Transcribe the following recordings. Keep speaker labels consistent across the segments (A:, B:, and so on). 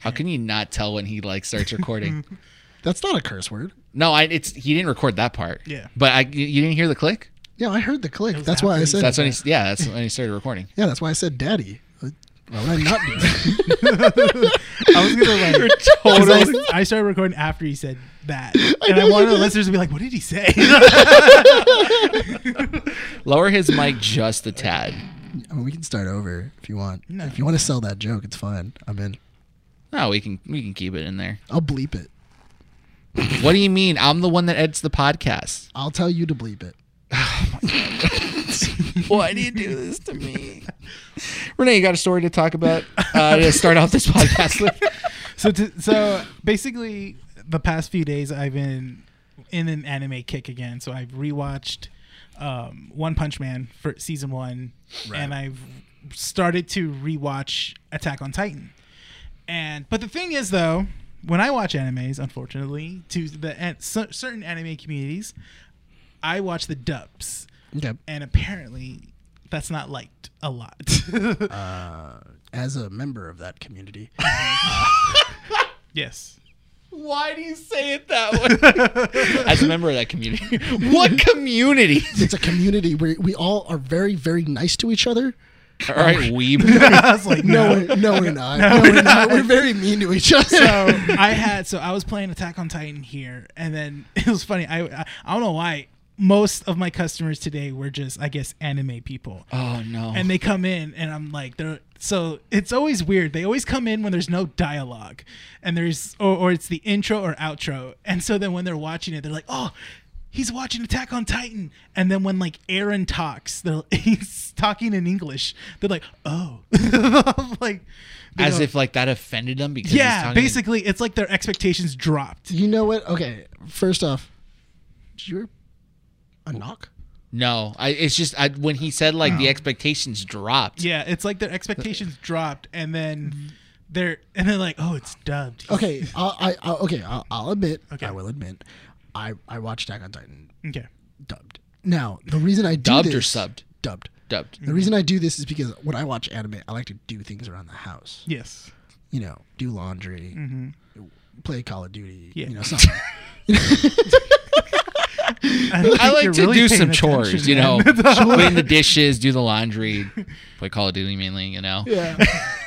A: How can you not tell when he like starts recording?
B: That's not a curse word.
A: no, I it's he didn't record that part.
C: Yeah.
A: But I you you didn't hear the click?
B: Yeah, I heard the click.
C: was
B: That's why I
C: happening.
B: said.
A: That's when he yeah, that's when he started recording.
B: yeah, that's why I said daddy. Like, Why would I not do that?
C: I was gonna like. 'cause I, I started recording after he said that, and
B: know
C: I
B: you
C: wanted the
B: did.
C: listeners to be like, "What did he say?"
A: Lower his mic just a tad.
B: I mean, we can start over if you want.
C: No.
B: If you want to sell that joke, it's fine. I'm in.
A: No, Oh, we can we can keep it in there.
B: I'll bleep it.
A: What do you mean? I'm the one that edits the podcast.
B: I'll tell you to bleep it.
A: Why do you do this to me? Renee, you got a story to talk about uh, to start off this podcast with?
C: so, to, so basically, the past few days I've been in an anime kick again. So I've rewatched um, One Punch Man for season one, and I've started to rewatch Attack on Titan. And but the thing is, though, when I watch animes, unfortunately, to the an- cer- certain anime communities, I watch the dubs,
B: Okay.
C: and apparently, that's not liked a lot.
B: As a member of that community,
C: yes.
A: Why do you say it that way? As a member of that community, what community?
B: it's a community where we all are very, very nice to each other.
A: All right, weeb.
C: I was like,
B: No,
C: no.
B: we're, no, we're not. No, we're not. We're very mean to each other.
C: so I had so I was playing Attack on Titan here, and then it was funny. I I, I don't know why most of my customers today were just I guess anime people,
A: Oh no.
C: and they come in and I'm like they're so it's always weird. They always come in when there's no dialogue, and there's or, or it's the intro or outro, and so then when they're watching it, they're like oh. He's watching Attack on Titan, and then when like Aaron talks, they're, he's talking in English. They're like, "Oh, I'm like you
A: As
C: know,
A: if like that offended them because he's
C: yeah,
A: talking-
C: basically, it's like their expectations dropped.
B: You know what? Okay, first off, did you hear a knock?
A: No, I, it's just I, when he said like the expectations dropped.
C: Yeah, it's like their expectations dropped, and then they're and they're like, "Oh, it's dubbed."
B: Okay, I'll, I, I'll, okay, I'll, I'll admit.
C: Okay.
B: I will admit. I I watched Attack on Titan
C: okay.
B: dubbed. Now the reason I do
A: Dubbed or
B: this-
A: subbed?
B: dubbed.
A: Dubbed.
B: The reason I do this is because when I watch anime, I like to do things around the house.
C: Yes.
B: You know, do laundry, play Call of Duty.
C: Mm-hmm. Yeah.
B: You know something.
A: I like to do some chores, you know, clean the dishes, do the laundry, play Call of Duty mainly, you know.
B: yeah.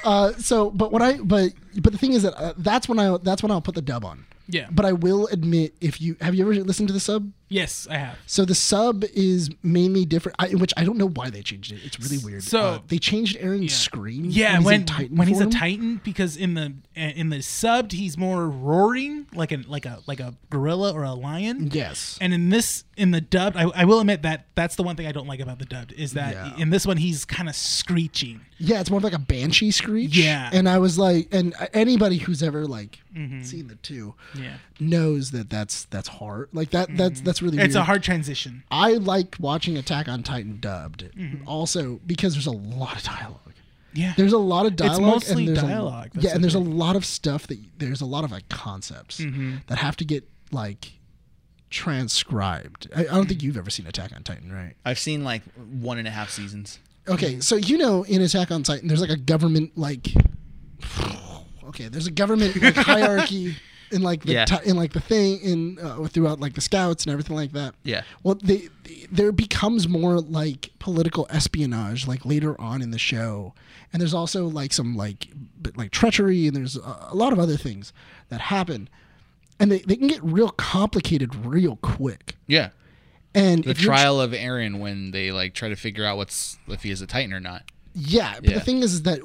B: Uh, so, but when I but but the thing is that uh, that's when I that's when I'll put the dub on.
C: Yeah.
B: But I will admit, if you have you ever listened to the sub?
C: yes, I have.
B: So the sub is mainly different, I, which I don't know why they changed it. It's really weird.
C: So-
B: Uh, they changed Aaron's scream. when he's,
C: Yeah,
B: in
C: when
B: Titan
C: when he's a
B: form.
C: titan, because in the in the subbed, he's more roaring like a like a like a gorilla or a lion.
B: Yes.
C: And in this, in the dubbed, I, I will admit that that's the one thing I don't like about the dubbed is that
B: Yeah.
C: in this one he's kind of screeching.
B: Yeah, it's more of like a banshee screech.
C: Yeah. Mm-hmm.
B: And I was like, and anybody who's ever like seen the two
C: Yeah, Mm-hmm.
B: knows that that's that's hard. Like that that's that's really
C: it's
B: weird.
C: a hard transition.
B: I liked watching Attack on Titan dubbed,
C: Mm-hmm.
B: also because there's a lot of dialogue.
C: Yeah.
B: There's a lot of dialogue. and
C: mostly
B: there's a-
C: dialogue, that's
B: yeah, and
C: the
B: there's a lot of stuff that there's a lot of like concepts
C: Mm-hmm.
B: that have to get like transcribed. I, I don't think you've ever seen Attack on Titan, right?
A: I've seen like one and a half seasons.
B: Okay, so you know in Attack on Titan, there's like a government like okay, there's a government like, hierarchy in like the
A: Yeah.
B: ti- in like the thing in uh, throughout like the scouts and everything like that.
A: Yeah.
B: Well, they, they there becomes more like political espionage like later on in the show, and there's also like some like but, like treachery and there's a, a lot of other things that happen, and they, they can get real complicated real quick.
A: Yeah.
B: And
A: The
B: if you're
A: trial of Aaron when they like try to figure out what's if he is a Titan or not.
B: Yeah, but
A: Yeah.
B: the thing is, is that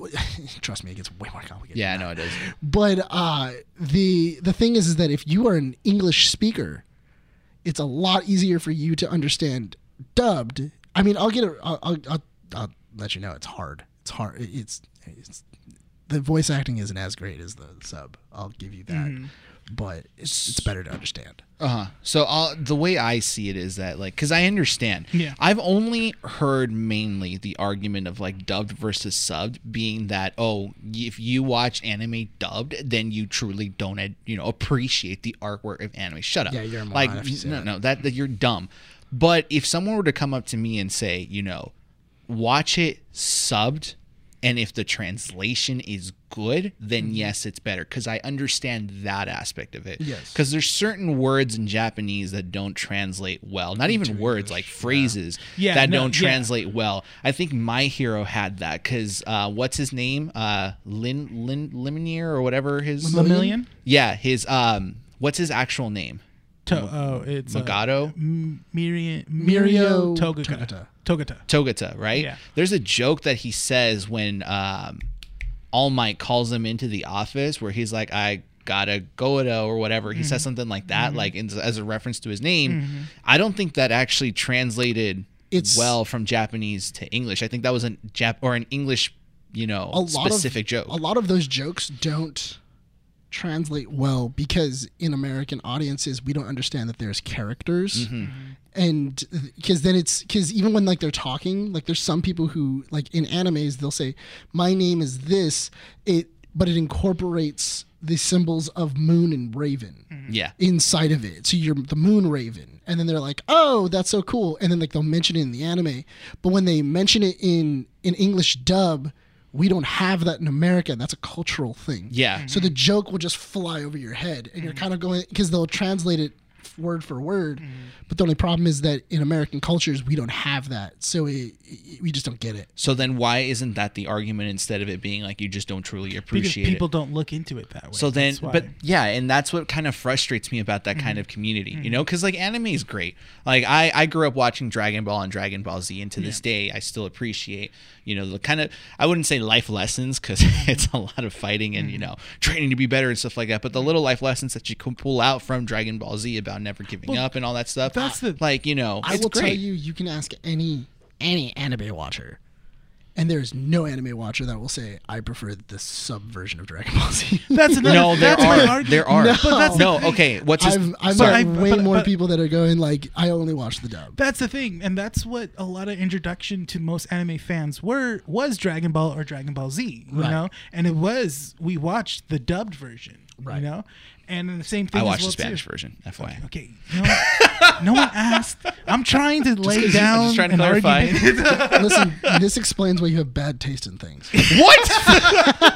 B: trust me, it gets way more complicated.
A: Yeah, I know it is.
B: But uh, the the thing is, is that if you are an English speaker, it's a lot easier for you to understand dubbed. I mean, I'll get a, I'll, I'll, I'll, I'll let you know it's hard. It's hard. It- It's, it's the voice acting isn't as great as the sub. I'll give you that. But it's, it's better to understand.
A: Uh-huh. So uh, the way I see it is that like cuz I understand.
C: Yeah.
A: I've only heard mainly the argument of like dubbed versus subbed being that oh y- if you watch anime dubbed then you truly don't ed- you know appreciate the artwork of anime. Shut up.
B: Yeah, you're a moron
A: like
B: if you say
A: no
B: that.
A: no that, that you're dumb. But if someone were to come up to me and say, you know, watch it subbed And if the translation is good, then
C: Mm-hmm.
A: yes, it's better because I understand that aspect of it.
B: Yes.
A: Because there's certain words in Japanese that don't translate well. Not even words, like phrases
C: Yeah,
A: that
C: no,
A: don't
C: yeah.
A: translate well. I think My Hero had that because uh, what's his name? Uh, Lin Lin Limonier or whatever his.
C: Lemillion?
A: yeah, his um, what's his actual name?
C: To, oh, it's uh,
A: Magato.
C: M- Mirio,
B: Mirio
C: Mirio Togata.
B: Togata.
C: Togata.
A: Togata, right?
C: Yeah.
A: There's a joke that he says when um, All Might calls him into the office where he's like, I gotta go to or whatever. He says something like that, like in, as a reference to his name. I don't think that actually translated
B: It's-
A: well from Japanese to English. I think that was an Jap or an English, you know,
B: a lot
A: specific
B: of,
A: joke.
B: A lot of those jokes don't translate well because in American audiences we don't understand that there's characters.
A: Mm-hmm.
B: And because then it's because even when like they're talking, like there's some people who like in animes they'll say, "My name is this," it but it incorporates the symbols of moon and raven
A: yeah.
B: inside of it. So you're the moon raven. And then they're like, oh, that's so cool. And then like they'll mention it in the anime. But when they mention it in an English dub, we don't have that in America. That's a cultural thing.
A: Yeah.
B: So the joke will just fly over your head and you're kind of going, because they'll translate it f- word for word. But the only problem is that in American cultures, we don't have that. So it, it- we just don't get it.
A: So then why isn't that the argument instead of it being like you just don't truly
C: Because
A: appreciate it?
C: people don't look into it that way.
A: So then,
C: That's why. Mm-hmm.
A: but yeah, and that's what kind of frustrates me about that kind of community, you know, because like anime is great. Like I, I grew up watching Dragon Ball and Dragon Ball Z, and to this day, I still appreciate, you know, the kind of I wouldn't say life lessons because it's a lot of fighting and you
C: Mm-hmm.
A: know training to be better and stuff like that. But the little life lessons that you can pull out from Dragon Ball Z about never giving up and all that stuff,
C: that's the-
A: like you know,
B: I
A: it's
B: will tell
A: great.
B: you, you can ask any any anime watcher, and there is no anime watcher that will say I prefer the sub version of Dragon Ball Z.
C: that's another.
A: No, there
C: that's my
A: are,
C: argument.
A: there are,
B: No. But that's the
A: no,
C: thing.
A: okay, what's his,
B: I've I've
A: sorry,
B: met
C: I've-
B: way
C: but-
B: more
C: but-
B: people that are going like I only watch the dub.
C: That's the thing, and that's what a lot of introduction to most anime fans were was Dragon Ball or Dragon Ball Z, you
B: Right.
C: know. And it was we watched the dubbed version,
B: Right.
C: you know. And then the same thing.
A: I
C: as
A: watched
C: well,
A: the Spanish
C: too.
A: version, FYI.
C: Okay, no, no one asked. I'm trying to lay
A: Just-
C: down.
A: I'm just trying to
C: an
A: clarify.
C: argument.
B: Listen, this explains why you have bad taste in things.
A: What?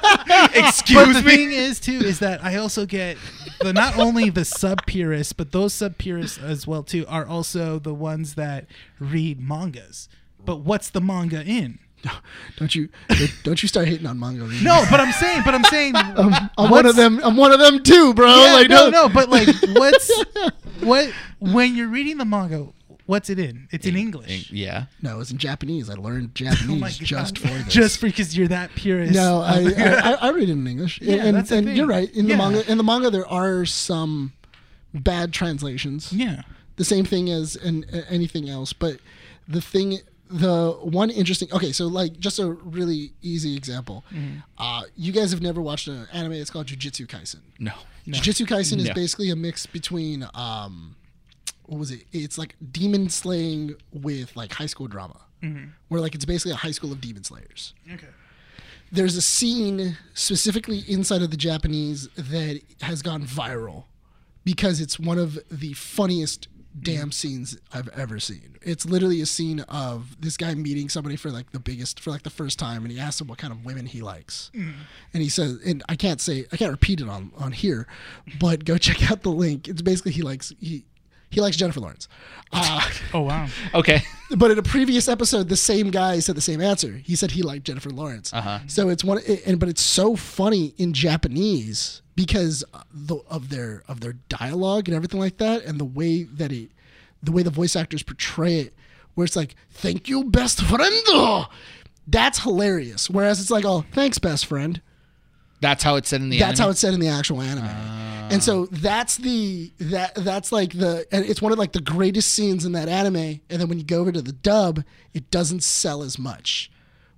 C: But
A: Excuse
C: the
A: me.
C: thing is, too, is that I also get the not only the sub purists, but those sub purists as well too are also the ones that read mangas. But what's the manga in?
B: Don't you don't you start hating on manga readers.
C: No, but I'm saying, but I'm saying,
B: I'm, I'm one of
C: what's-
B: them. I'm one of them too, bro.
C: Yeah,
B: like
C: no, no, but like, what's what when you're reading the manga? What's it in? It's in, English.
A: Yeah.
B: No, it's in Japanese. I learned
C: Oh
B: Japanese
C: my
B: just for
C: God.
B: this.
C: Just because you're that purist.
B: No, I, I, I, I read it in English.
C: Yeah,
B: and
C: that's the
B: and
C: thing.
B: you're right. In
C: Yeah.
B: the manga, in the manga, there are some bad translations.
C: yeah,
B: The same thing as in, uh, anything else, but the thing, the one interesting. Okay, so like just a really easy example.
C: Mm-hmm.
B: Uh, you guys have never watched an anime. It's called Jujutsu Kaisen.
A: No.
B: Jujutsu Kaisen is
A: No.
B: basically a mix between um, what was it? It's like demon slaying with like high school drama,
C: Mm-hmm.
B: where like it's basically a high school of demon slayers
C: okay,
B: there's a scene specifically inside of the Japanese that has gone viral because it's one of the funniest damn scenes I've ever seen. It's literally a scene of this guy meeting somebody for like the biggest for like the first time and he asks him what kind of women he likes. And he says and I can't say I can't repeat it on on here, but go check out the link. It's basically he likes he he likes Jennifer Lawrence. Uh,
C: oh wow,
A: Okay.
B: but in a previous episode, the same guy said the same answer. He said he liked Jennifer Lawrence.
A: Uh-huh.
B: So it's one, it, and but it's so funny in Japanese because uh, the, of their of their dialogue and everything like that, and the way that it, the way the voice actors portray it, where it's like "Thank you, best friend." That's hilarious. Whereas it's like, "Oh, thanks, best friend."
A: That's how it's said in the
B: that's how
A: anime? Ah.
B: it's said in the actual anime. and so that's the that that's like the and it's one of like the greatest scenes in that anime. And then when you go over to the dub, it doesn't sell as much.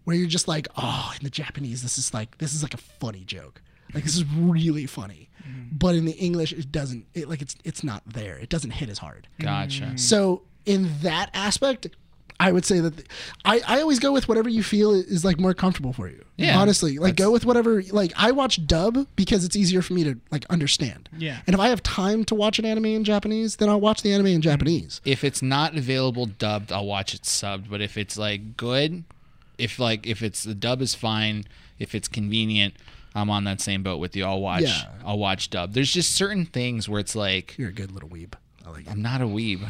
B: Where you're just like, oh, in the Japanese, this is like this is like a funny joke. Like this is really funny.
A: Mm.
B: But in the English, it doesn't. It like it's it's not there. It doesn't hit as hard.
A: Gotcha.
B: So in that aspect, I would say that the, I, I always go with whatever you feel is like more comfortable for you.
A: Yeah.
B: Honestly, like go with whatever. Like I watch dub because it's easier for me to like understand.
C: Yeah.
B: And if I have time to watch an anime in Japanese, then I'll watch the anime in Japanese.
A: If it's not available dubbed, I'll watch it subbed. But if it's like good, if like if it's the dub is fine, if it's convenient, I'm on that same boat with you. I'll watch.
B: Yeah.
A: I'll watch dub. There's just certain things where it's like
B: You're a good little weeb. I like it.
A: I'm not a weeb.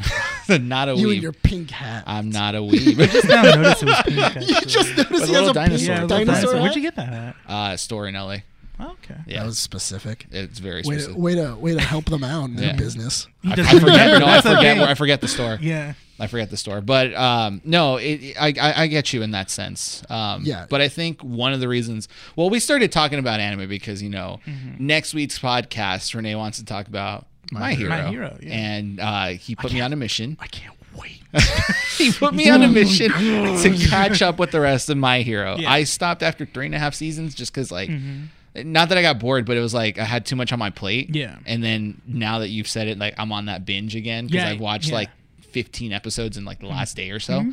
A: I'm not a
B: You and
A: weeb.
B: your pink hat.
A: I'm not a weeb.
C: Just now noticed it was pink. Actually.
B: you just noticed he
A: little
B: has a
A: dinosaur.
B: pink
C: yeah,
A: a
C: little
B: dinosaur.
C: dinosaur.
B: hat?
C: Where'd you get that at? Oh,
A: uh, store in LA.
C: Okay.
A: Yeah,
B: That was specific.
A: it's very
B: Way
A: specific.
B: to, way to way to help them out in
A: Yeah.
B: their business.
C: He
A: I,
C: doesn't
A: I forget.
C: remember.
A: No, I
C: That's the
A: forget
C: thing.
A: where I forget the store.
C: Yeah.
A: I forget the store, but um, no, it, I, I I get you in that sense. Um,
B: Yeah.
A: But I think one of the reasons, well, we started talking about anime because you know next week's podcast, Renee wants to talk about my, hero,
C: My Hero, yeah.
A: and uh, he put me on a mission.
B: I can't wait.
A: he put me
C: Oh
A: on a mission to catch up with the rest of my hero.
C: Yeah. Mm-hmm.
A: I stopped after three and a half seasons just because like. Not that I got bored, but it was like I had too much on my plate.
C: Yeah.
A: And then now that you've said it, like I'm on that binge again because
C: Yeah,
A: I've watched
C: yeah. Mm-hmm.
A: like 15 episodes in like the last day or so.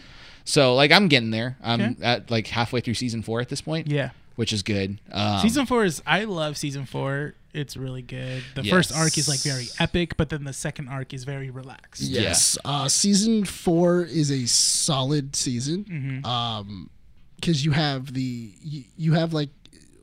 A: So like I'm getting there. I'm
C: Okay.
A: at like halfway through season four at this point.
C: Yeah.
A: Which is good. Um,
C: Season four is I love season four. It's really good. The first arc is like very
A: Yes.
C: epic, but then the second arc is very relaxed.
B: Yes. Uh, season four is a solid season.
C: Mm-hmm.
B: Um, because you have the you, you have like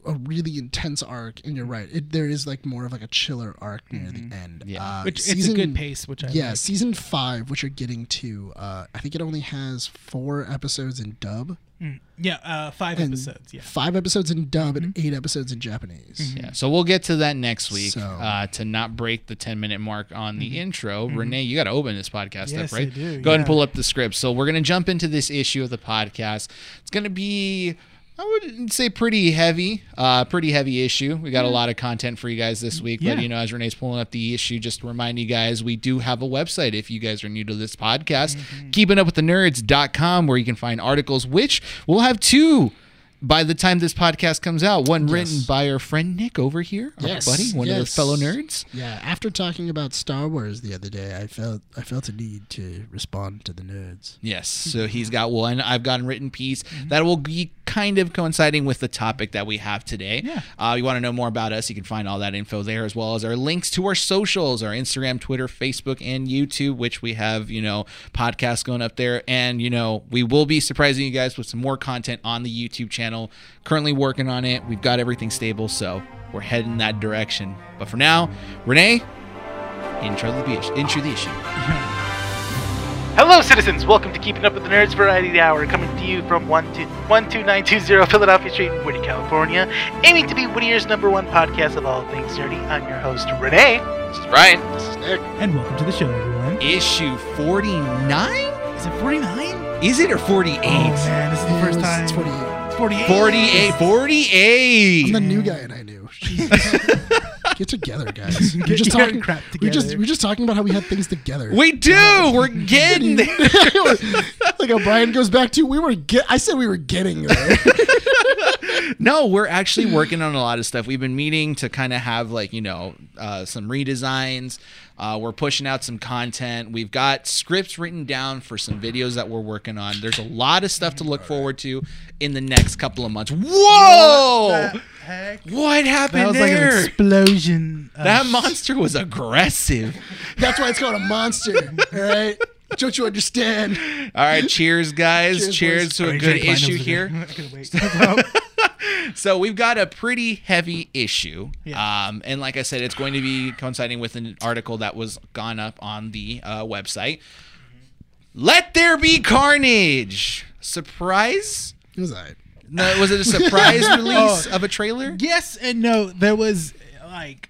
B: a really intense arc, and you're right. It, there is like more of like a chiller arc near the end.
A: Yeah.
B: Uh,
C: Mm-hmm. Which it's a
B: season-
C: good pace, which I
B: Yeah,
C: like.
B: season five, which you're getting to, uh, I think it only has four episodes in dub,
C: Mm. Yeah, uh, five
B: and
C: episodes. Yeah. Mm-hmm.
B: five episodes in dub, and eight episodes in Japanese.
A: Yeah. So we'll get to that next week
B: So-
A: uh, to not break the 10 minute mark on the intro. Renee, you got to open this podcast
C: Mm-hmm. Yes,
A: up, right?
C: I do,
A: Go ahead and
C: yeah.
A: pull up the script. So we're going to jump into this issue of the podcast. It's going to be. I would say pretty heavy, uh, pretty heavy issue. We got a lot of content for you guys this week,
C: Yeah.
A: but you know, as Renee's pulling up the issue, just to remind you guys, we do have a website if you guys are new to this podcast,
C: Mm-hmm.
A: keeping up with the nerds.com, where you can find articles, which we'll have two by the time this podcast comes out. One written by our friend Nick over here, our
B: Yes,
A: buddy, one of the
B: yes.
A: fellow nerds.
B: Yeah, after talking about Star Wars the other day, I felt I felt a need to respond to the nerds.
A: Yes, so he's got one. I've got a written piece that will be kind of coinciding with the topic that we have today.
C: Yeah.
A: Uh, you want to know more about us? You can find all that info there, as well as our links to our socials, our Instagram, Twitter, Facebook, and YouTube, which we have, you know, podcasts going up there. And, you know, we will be surprising you guys with some more content on the YouTube channel. Currently working on it. We've got everything stable, so we're heading that direction. But for now, Renee, intro the, ish- intro the issue.
C: Hello, citizens. Welcome to Keeping Up with the Nerds Variety Hour, coming to you from 12- 12920 Philadelphia Street in Whittier, California, aiming to be Whittier's number one podcast of all things nerdy. I'm your host, Renee.
A: This is Brian.
B: This is Nick.
C: And welcome to the show, everyone.
A: issue 49
C: Is it 49?
A: is it or 48
C: Oh, man, this is the first time.
B: It's 48.
C: It's 48.
A: 48 48
B: I'm the new guy, and I knew. Get together, guys. We're just
C: Get your
B: talking
C: crap
B: We're just
C: together.
B: we're just talking about how we had things together.
A: we do we're getting there
B: like O'Brien goes back to we were get. I said we were getting there.
A: no we're actually working on a lot of stuff we've been meeting to kind of have like you know uh, some redesigns uh, we're pushing out some content we've got scripts written down for some videos that we're working on there's a lot of stuff to look forward to in the next couple of months whoa
C: What the heck?
A: what
C: That
A: happened
C: was like
A: there
C: an explosion. Uh, of
A: that
C: sh-
A: monster was aggressive
B: That's why it's called a monster. All right. Don't you understand?
A: All right, cheers, guys. Cheers,
B: Cheers, boys.
A: to
C: I
A: a
C: mean,
A: good
C: Jake Klein
A: issue
C: knows it.
A: here.
C: I couldn't wait.
A: So we've got a pretty heavy issue,
C: Yeah.
A: um, and like I said, it's going to be coinciding with an article that was gone up on the uh, website. Let there be carnage! Surprise?
B: It was alright.
A: No, was it a surprise release of a trailer?
C: Yes and no. There was like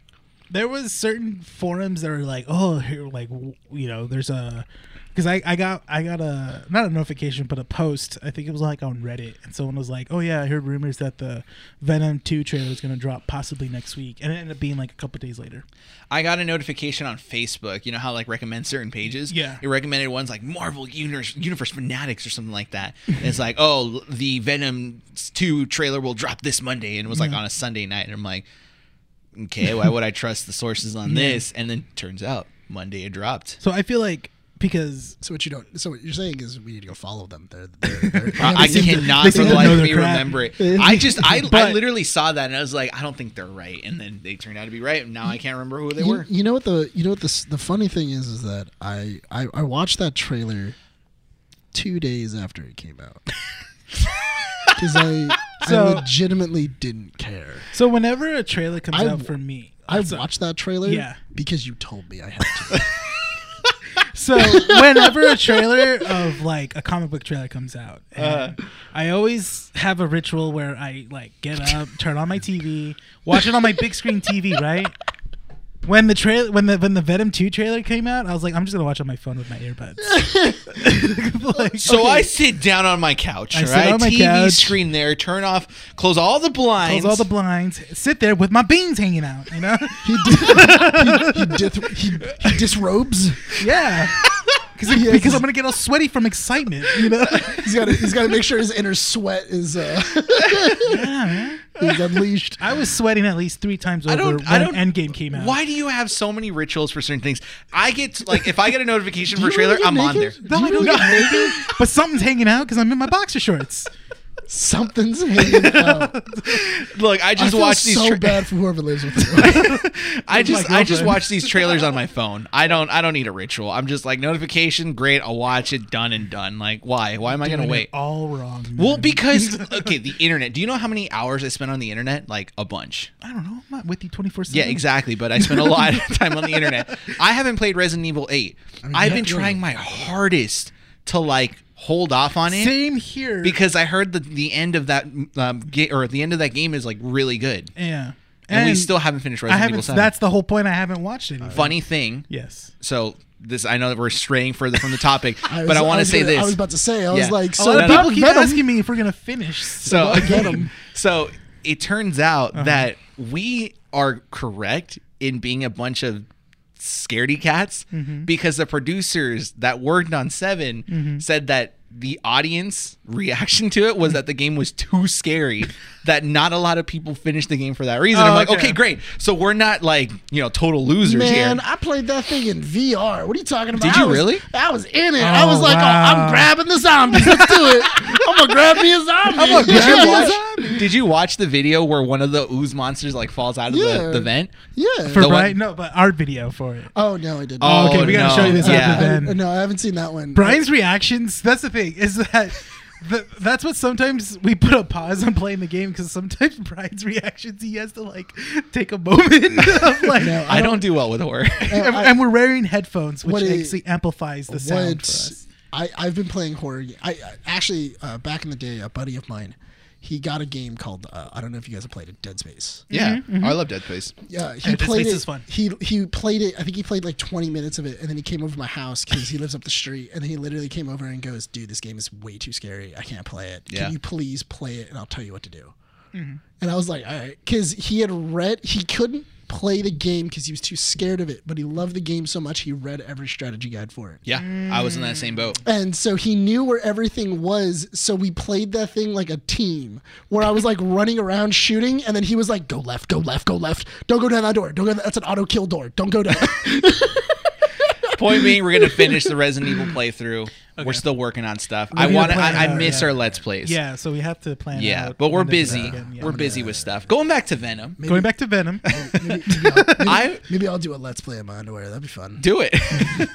C: there was certain forums that were like, oh, here, like w- you know, there's a because I, I got I got a not a notification but a post. I think it was like on Reddit, and someone was like, oh yeah, I heard rumors that the Venom two trailer is gonna drop possibly next week, and it ended up being like a couple days later.
A: I got a notification on Facebook. You know how like recommend certain pages?
C: Yeah.
A: It recommended ones like Marvel Universe, Universe Fanatics or something like that. And it's like, oh, the Venom 2 trailer will drop this Monday. And it was like on a Sunday night. And I'm like, okay, why would I trust the sources on this? And then turns out Monday it dropped.
C: So I feel like because
B: So what you don't. So what you're saying is we need to go follow them. They're, they're, they're,
A: I, I
C: seem to-
A: cannot
C: they
A: for
C: seem
A: the
C: to
A: life
C: know
A: of
C: their
A: me
C: crap.
A: remember it. I just, I, I
C: But-
A: literally saw that and I was like, I don't think they're right. And then they turned out to be right. And now I can't remember who they
B: you,
A: were.
B: you know what the you know what the s- the funny thing is is that I I, I watched that trailer two days after it came out. because I, I
C: So-
B: legitimately didn't care.
C: So whenever a trailer comes
B: I
C: out
B: w-
C: for me,
B: I
C: so,
B: watched that trailer
C: Yeah.
B: because you told me I had to.
C: So whenever a trailer of like a comic book trailer comes out, and I always have a ritual where I like get up, turn on my TV, watch it on my big screen TV, right? When the trailer, when the when the Venom two trailer came out, I was like, I'm just gonna watch on my phone with my earbuds. Like,
A: So
C: okay,
A: I sit down on my couch,
C: I sit
A: right?
C: on my
A: TV
C: couch.
A: screen there, turn off, close all the blinds.
C: close all the blinds, sit there with my beans hanging out, you know?
B: He, did, he, he, dith- he, he disrobes.
C: yeah, because
B: Yes.
C: because I'm gonna get all sweaty from excitement, you know?
B: He's got to he's got to make sure his inner sweat is uh,
C: Yeah, man.
B: is unleashed.
C: I was sweating at least three times over
A: I don't.
C: when
A: I don't.
C: Endgame came out.
A: Why do you have so many rituals for certain things? I get like if I get a notification for
B: you
A: a trailer,
B: really get
A: I'm on there.
B: naked?
C: No,
B: Do
C: I
B: you
C: don't
B: really
C: get naked, but something's hanging out because I'm in my boxer shorts.
B: Something's hanging out.
A: Look, I
B: I
A: just
B: feel
A: watch these.
B: so
A: tra-
B: bad for whoever lives with you.
A: I just
C: my
A: I just
C: girlfriend.
A: watch these trailers on my phone. I don't I don't need a ritual. I'm just like notification, great. I'll watch it, done and done. Like why? Why am I gonna
C: Doing it
A: wait?
C: All wrong. Man.
A: Well, because okay, the internet. Do you know how many hours I spent on the internet? Like a bunch.
C: I don't know. I'm not with you 24 seven.
A: Yeah, exactly. But I spent a lot of time on the internet. I haven't played Resident Evil Eight. I've been
B: yeah.
A: trying my hardest to like hold off on it.
C: Same here.
A: because I heard that the end of that um, ga- or the end of that game is like really good,
C: yeah,
A: and, we still haven't finished
C: I
A: Resident Evil
C: haven't.
A: Seven.
C: That's the whole point. I haven't watched it.
A: funny thing.
C: Yes.
A: So this I know that we're straying further from the topic,
B: I
A: but
B: was-
A: I want to
B: was
A: say
B: gonna-
A: this.
B: I was about to say. I
A: Yeah. Oh,
B: was like,
A: A
C: A
B: so
C: lot of
A: no, no.
C: people keep
B: Venom-
C: asking me if we're gonna finish.
A: so
B: I get 'em. Uh-huh.
A: so it turns out that we are correct in being a bunch of scaredy cats
B: Mm-hmm.
A: because the producers that worked on 7 said that the audience reaction to it was that the game was too scary that not a lot of people finished the game for that reason.
C: Oh,
A: I'm like,
C: okay.
A: okay, great. So we're not like, you know, total losers
B: Man,
A: here.
B: I played that thing in VR. What are you talking about?
A: Did you
B: I was-
A: really?
B: I was in it. I
C: Oh,
B: was like, oh,
C: wow.
B: I'm grabbing the zombies. Let's do it. I'm gonna grab me a zombie. I'm
A: Did you, watch, did you watch the video where one of the ooze monsters like falls out of
B: Yeah.
A: the, the vent?
B: Yeah.
C: for
A: The one-
C: Brian, no, but our video for it.
B: oh no, I didn't.
A: Oh,
C: okay, we gotta
A: no.
C: show you this
A: Yeah.
C: after
B: I,
C: then.
B: no, I haven't seen that one.
C: Brian's reactions. That's the thing. Is that. The, that's what sometimes we put a pause on playing the game because sometimes Brian's reactions he has to like take a moment of like
B: No,
A: I don't do well with horror.
C: and,
B: I-
C: and we're wearing headphones, which
B: What a-
C: actually amplifies the sound for us.
B: I, I've been playing horror. ga- I, I actually uh, back in the day, a buddy of mine, he got a game called uh, I don't know if you guys have played it, Dead Space.
A: yeah, I love Dead Space.
B: Yeah, he
C: Dead
B: played
C: Space
B: it.
C: is fun.
B: He he played it. I think he played like 20 minutes of it, and then he came over to my house because he lives up the street. And he literally came over and goes, "Dude, this game is way too scary. I can't play it.
A: Yeah.
B: Can you please play it, and I'll tell you what to do." And I was like, "All right," because he had read he couldn't play the game because he was too scared of it, but he loved the game so much he read every strategy guide for it.
A: Yeah, I was in that same boat.
B: And so he knew where everything was. So we played that thing like a team where I was like running around shooting. And then he was like, go left, go left, go left. Don't go down that door. Don't go. That's an auto kill door. Don't go down.
A: Point being, we're gonna finish the Resident Evil playthrough. We're still working on stuff. I
C: gonna
A: want. to
C: plan
A: I,
C: it
A: I
C: out,
A: miss
C: yeah.
A: our let's plays.
C: Yeah, so we have to plan.
A: yeah.
C: out
A: But we're
C: when they're
A: busy.
C: gonna do it again, yeah.
A: We're busy with stuff. Going back to Venom.
C: Going back to Venom.
B: maybe, maybe, I'll, maybe,
A: I-
B: maybe I'll do a let's play in my underwear. That'd be fun.
A: Do it.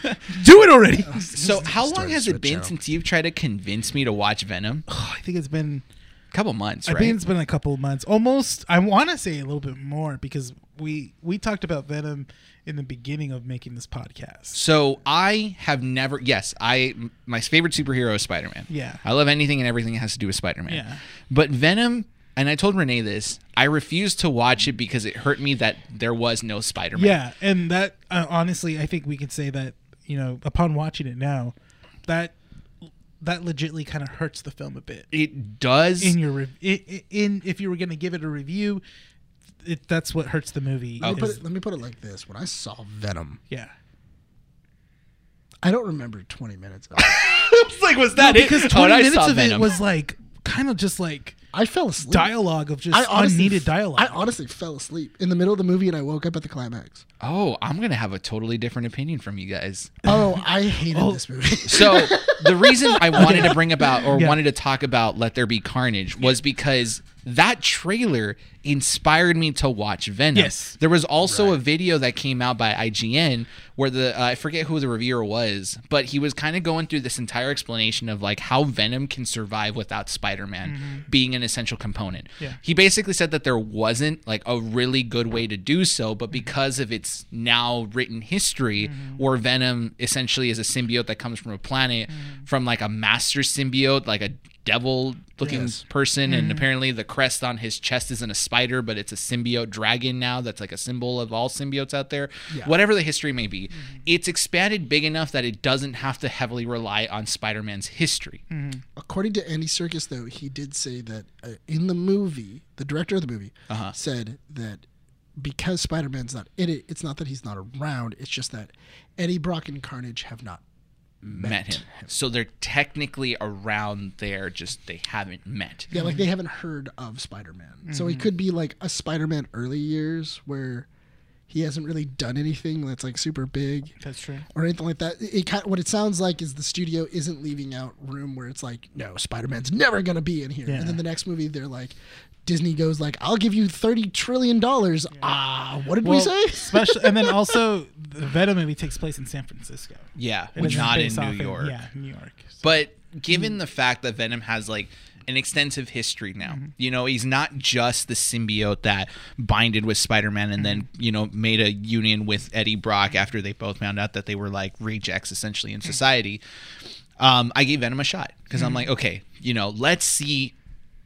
C: do it already. Oh,
A: so, how long
B: Start
A: has it
B: Switch
A: been
B: out.
A: since you've tried to convince me to watch Venom? A
C: I think it's been.
A: couple months,
C: I
A: right?
C: think it's been a couple of months. Almost. I want to say a little bit more because we we talked about Venom in the beginning of making this podcast.
A: so I have never. Yes, I m- my favorite superhero is Spider Man.
C: Yeah.
A: I love anything and everything that has to do with Spider Man.
C: Yeah.
A: But Venom, and I told Renee this. I refused to watch it because it hurt me that there was no Spider Man.
C: Yeah, and that uh, honestly, I think we could say that you know, upon watching it now, that that legitly kind of hurts the film a bit.
A: It does.
C: in your rev- i- i- in if you were going to give it a review it, that's what hurts the movie
A: Oh,
B: Let me, put
C: is-
B: it, let me put it like this. When I saw Venom,
C: yeah
B: I don't remember 20 minutes of it.
A: It's like, was that
C: because
A: it?
C: 20
A: Oh, and I
C: minutes
A: saw
C: of
A: Venom.
C: it was like kind of just like
B: I fell asleep.
C: dialogue of just
B: I honestly,
C: unneeded dialogue
B: I honestly fell asleep in the middle of the movie and I woke up at the climax.
A: Oh, I'm gonna have a totally different opinion from you guys.
B: Oh, I hated this movie.
A: So the reason I wanted to bring about or
C: Yeah.
A: wanted to talk about Let There Be Carnage was because That trailer inspired me to watch Venom.
C: Yes.
A: There was also a video that came out by IGN where the uh, I forget who the reviewer was, but he was kind of going through this entire explanation of like how Venom can survive without Spider-Man being an essential component.
C: Mm-hmm. Yeah.
A: He basically said that there wasn't like a really good way to do so, but
C: Mm-hmm.
A: because of its now written history where Venom essentially is a symbiote that comes from a planet
C: Mm-hmm.
A: from like a master symbiote, like a devil looking
B: Yes.
A: person and apparently the crest on his chest isn't a spider but it's a symbiote dragon now that's like a symbol of all symbiotes out there whatever the history may be it's expanded big enough that it doesn't have to heavily rely on spider-man's history
B: According to Andy Circus, though, he did say that uh, in the movie, the director of the movie said that because Spider Man's not in it, it's not that he's not around, it's just that Eddie Brock and Carnage have not.
A: met him so they're technically around there just they haven't met
B: Yeah, like they haven't heard of Spider Man. So it could be like a Spider Man early years where he hasn't really done anything that's like super big.
C: That's true.
B: or anything like that. It, it kind what it sounds like is the studio isn't leaving out room where it's like, no, Spider Man's never gonna be in here.
C: Yeah.
B: And then the next movie, they're like, Disney goes like, I'll give you thirty trillion dollars. Ah, what did we
C: Well,
B: say?
C: Especially, and then also the Venom movie takes place in San Francisco.
A: yeah
C: It is
A: not in
C: based off
A: new york
C: Yeah, New York.
A: But given the fact that Venom has like an extensive history now, you know, he's not just the symbiote that binded with Spider Man and then, you know, made a union with Eddie Brock after they both found out that they were like rejects essentially in society. Um, I gave Venom a shot because I'm like, okay, you know, let's see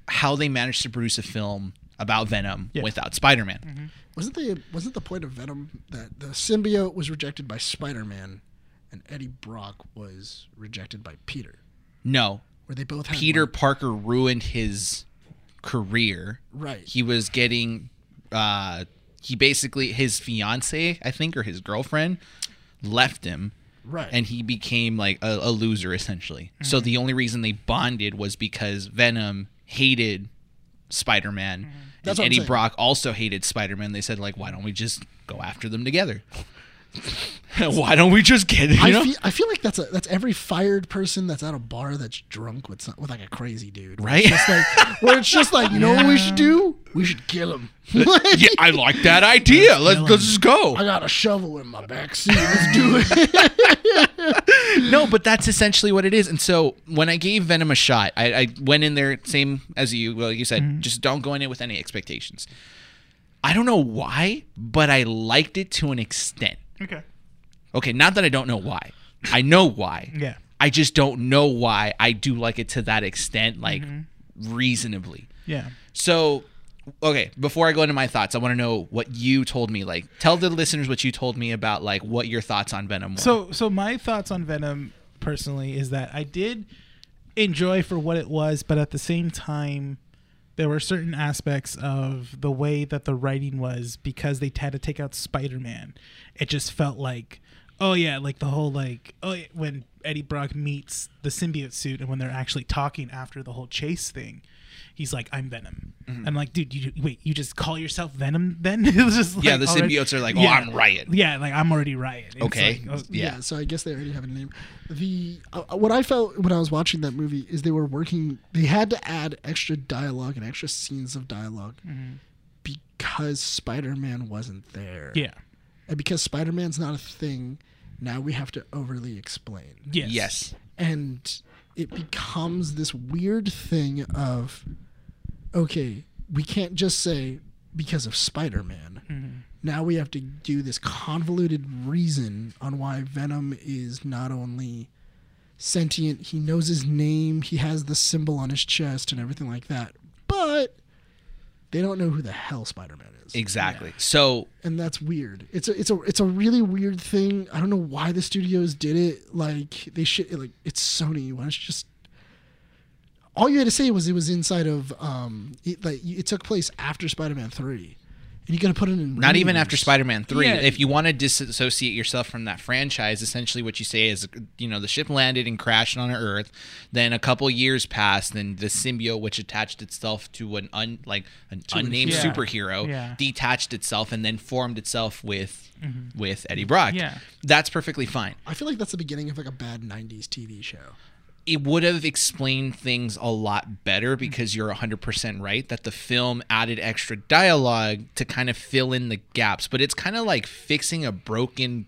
A: how they managed to produce a film about Venom
C: Yeah.
A: without Spider Man.
B: wasn't the wasn't the point of Venom that the symbiote was rejected by Spider Man, and Eddie Brock was rejected by Peter?
A: No,
B: Where they both had
A: Peter
B: like-
A: Parker ruined his career.
B: Right.
A: He was getting uh he basically his fiance, I think, or his girlfriend left him
B: right
A: and he became like a, a loser essentially. So the only reason they bonded was because Venom hated Spider-Man.
B: That's what I'm
A: and Eddie
B: saying.
A: Brock also hated Spider-Man. They said like, why don't we just go after them together? why don't we just get you
B: I,
A: know?
B: feel, I feel like that's a that's every fired person that's at a bar that's drunk with some, with like a crazy dude,
A: Right?
B: It's like where it's just like you know what we should do? We should kill him.
A: yeah, I like that idea. Let's let's just go.
B: I got a shovel in my backseat. Let's do it.
A: no, but that's essentially what it is. And so when I gave Venom a shot, I, I went in there same as you. Well, you
C: Mm-hmm.
A: said just don't go in it with any expectations. I don't know why, but I liked it to an extent.
C: okay.
A: Okay, not that I don't know why. I know why.
C: Yeah.
A: I just don't know why I do like it to that extent, like
C: Mm-hmm.
A: reasonably.
C: Yeah.
A: So, okay, before I go into my thoughts, I want to know what you told me. Like, tell the listeners what you told me about, like, what your thoughts on Venom were.
C: So so my thoughts on Venom personally is that I did enjoy for what it was, but at the same time there were certain aspects of the way that the writing was because they had to take out Spider-Man. It just felt like oh yeah, like the whole like oh yeah, when Eddie Brock meets the symbiote suit and when they're actually talking after the whole chase thing. He's like, I'm Venom.
A: Mm-hmm.
C: I'm like, dude, you wait, you just call yourself Venom then? it was just like,
A: Yeah, the
C: already-
A: symbiotes are like, "Oh, I'm Riot."
C: Yeah, like I'm already Riot. It's
A: Okay.
C: like, oh,
A: Yeah.
B: So I guess they already have a name. The uh, what I felt when I was watching that movie is they were working. They had to add extra dialogue and extra scenes of dialog
A: Mm-hmm.
B: because Spider-Man wasn't there.
C: Yeah.
B: and because Spider-Man's not a thing. Now we have to overly explain.
C: Yes.
A: yes.
B: and it becomes this weird thing of okay we can't just say because of spider-man now we have to do this convoluted reason on why venom is not only sentient he knows his name he has the symbol on his chest and everything like that but they don't know who the hell spider-man is
A: Exactly. So
B: and that's weird. It's a it's a it's a really weird thing. I don't know why the studios did it. Like they should like it's Sony. Why don't you just all you had to say was it was inside of um it, like it took place after Spider Man three, and you got to put it in
A: not even after
B: readers.
A: spider-man 3
C: Yeah.
A: if you want to disassociate yourself from that franchise essentially what you say is you know the ship landed and crashed on earth then a couple years passed and the symbiote which attached itself to an un like an unnamed
C: Yeah.
A: superhero
C: Yeah.
A: detached itself and then formed itself with with eddie brock
C: Mm-hmm. Yeah.
A: that's perfectly fine
B: I feel like that's the beginning of like a bad '90s TV show.
A: it would have explained things a lot better because you're 100% right that the film added extra dialogue to kind of fill in the gaps but it's kind of like fixing a broken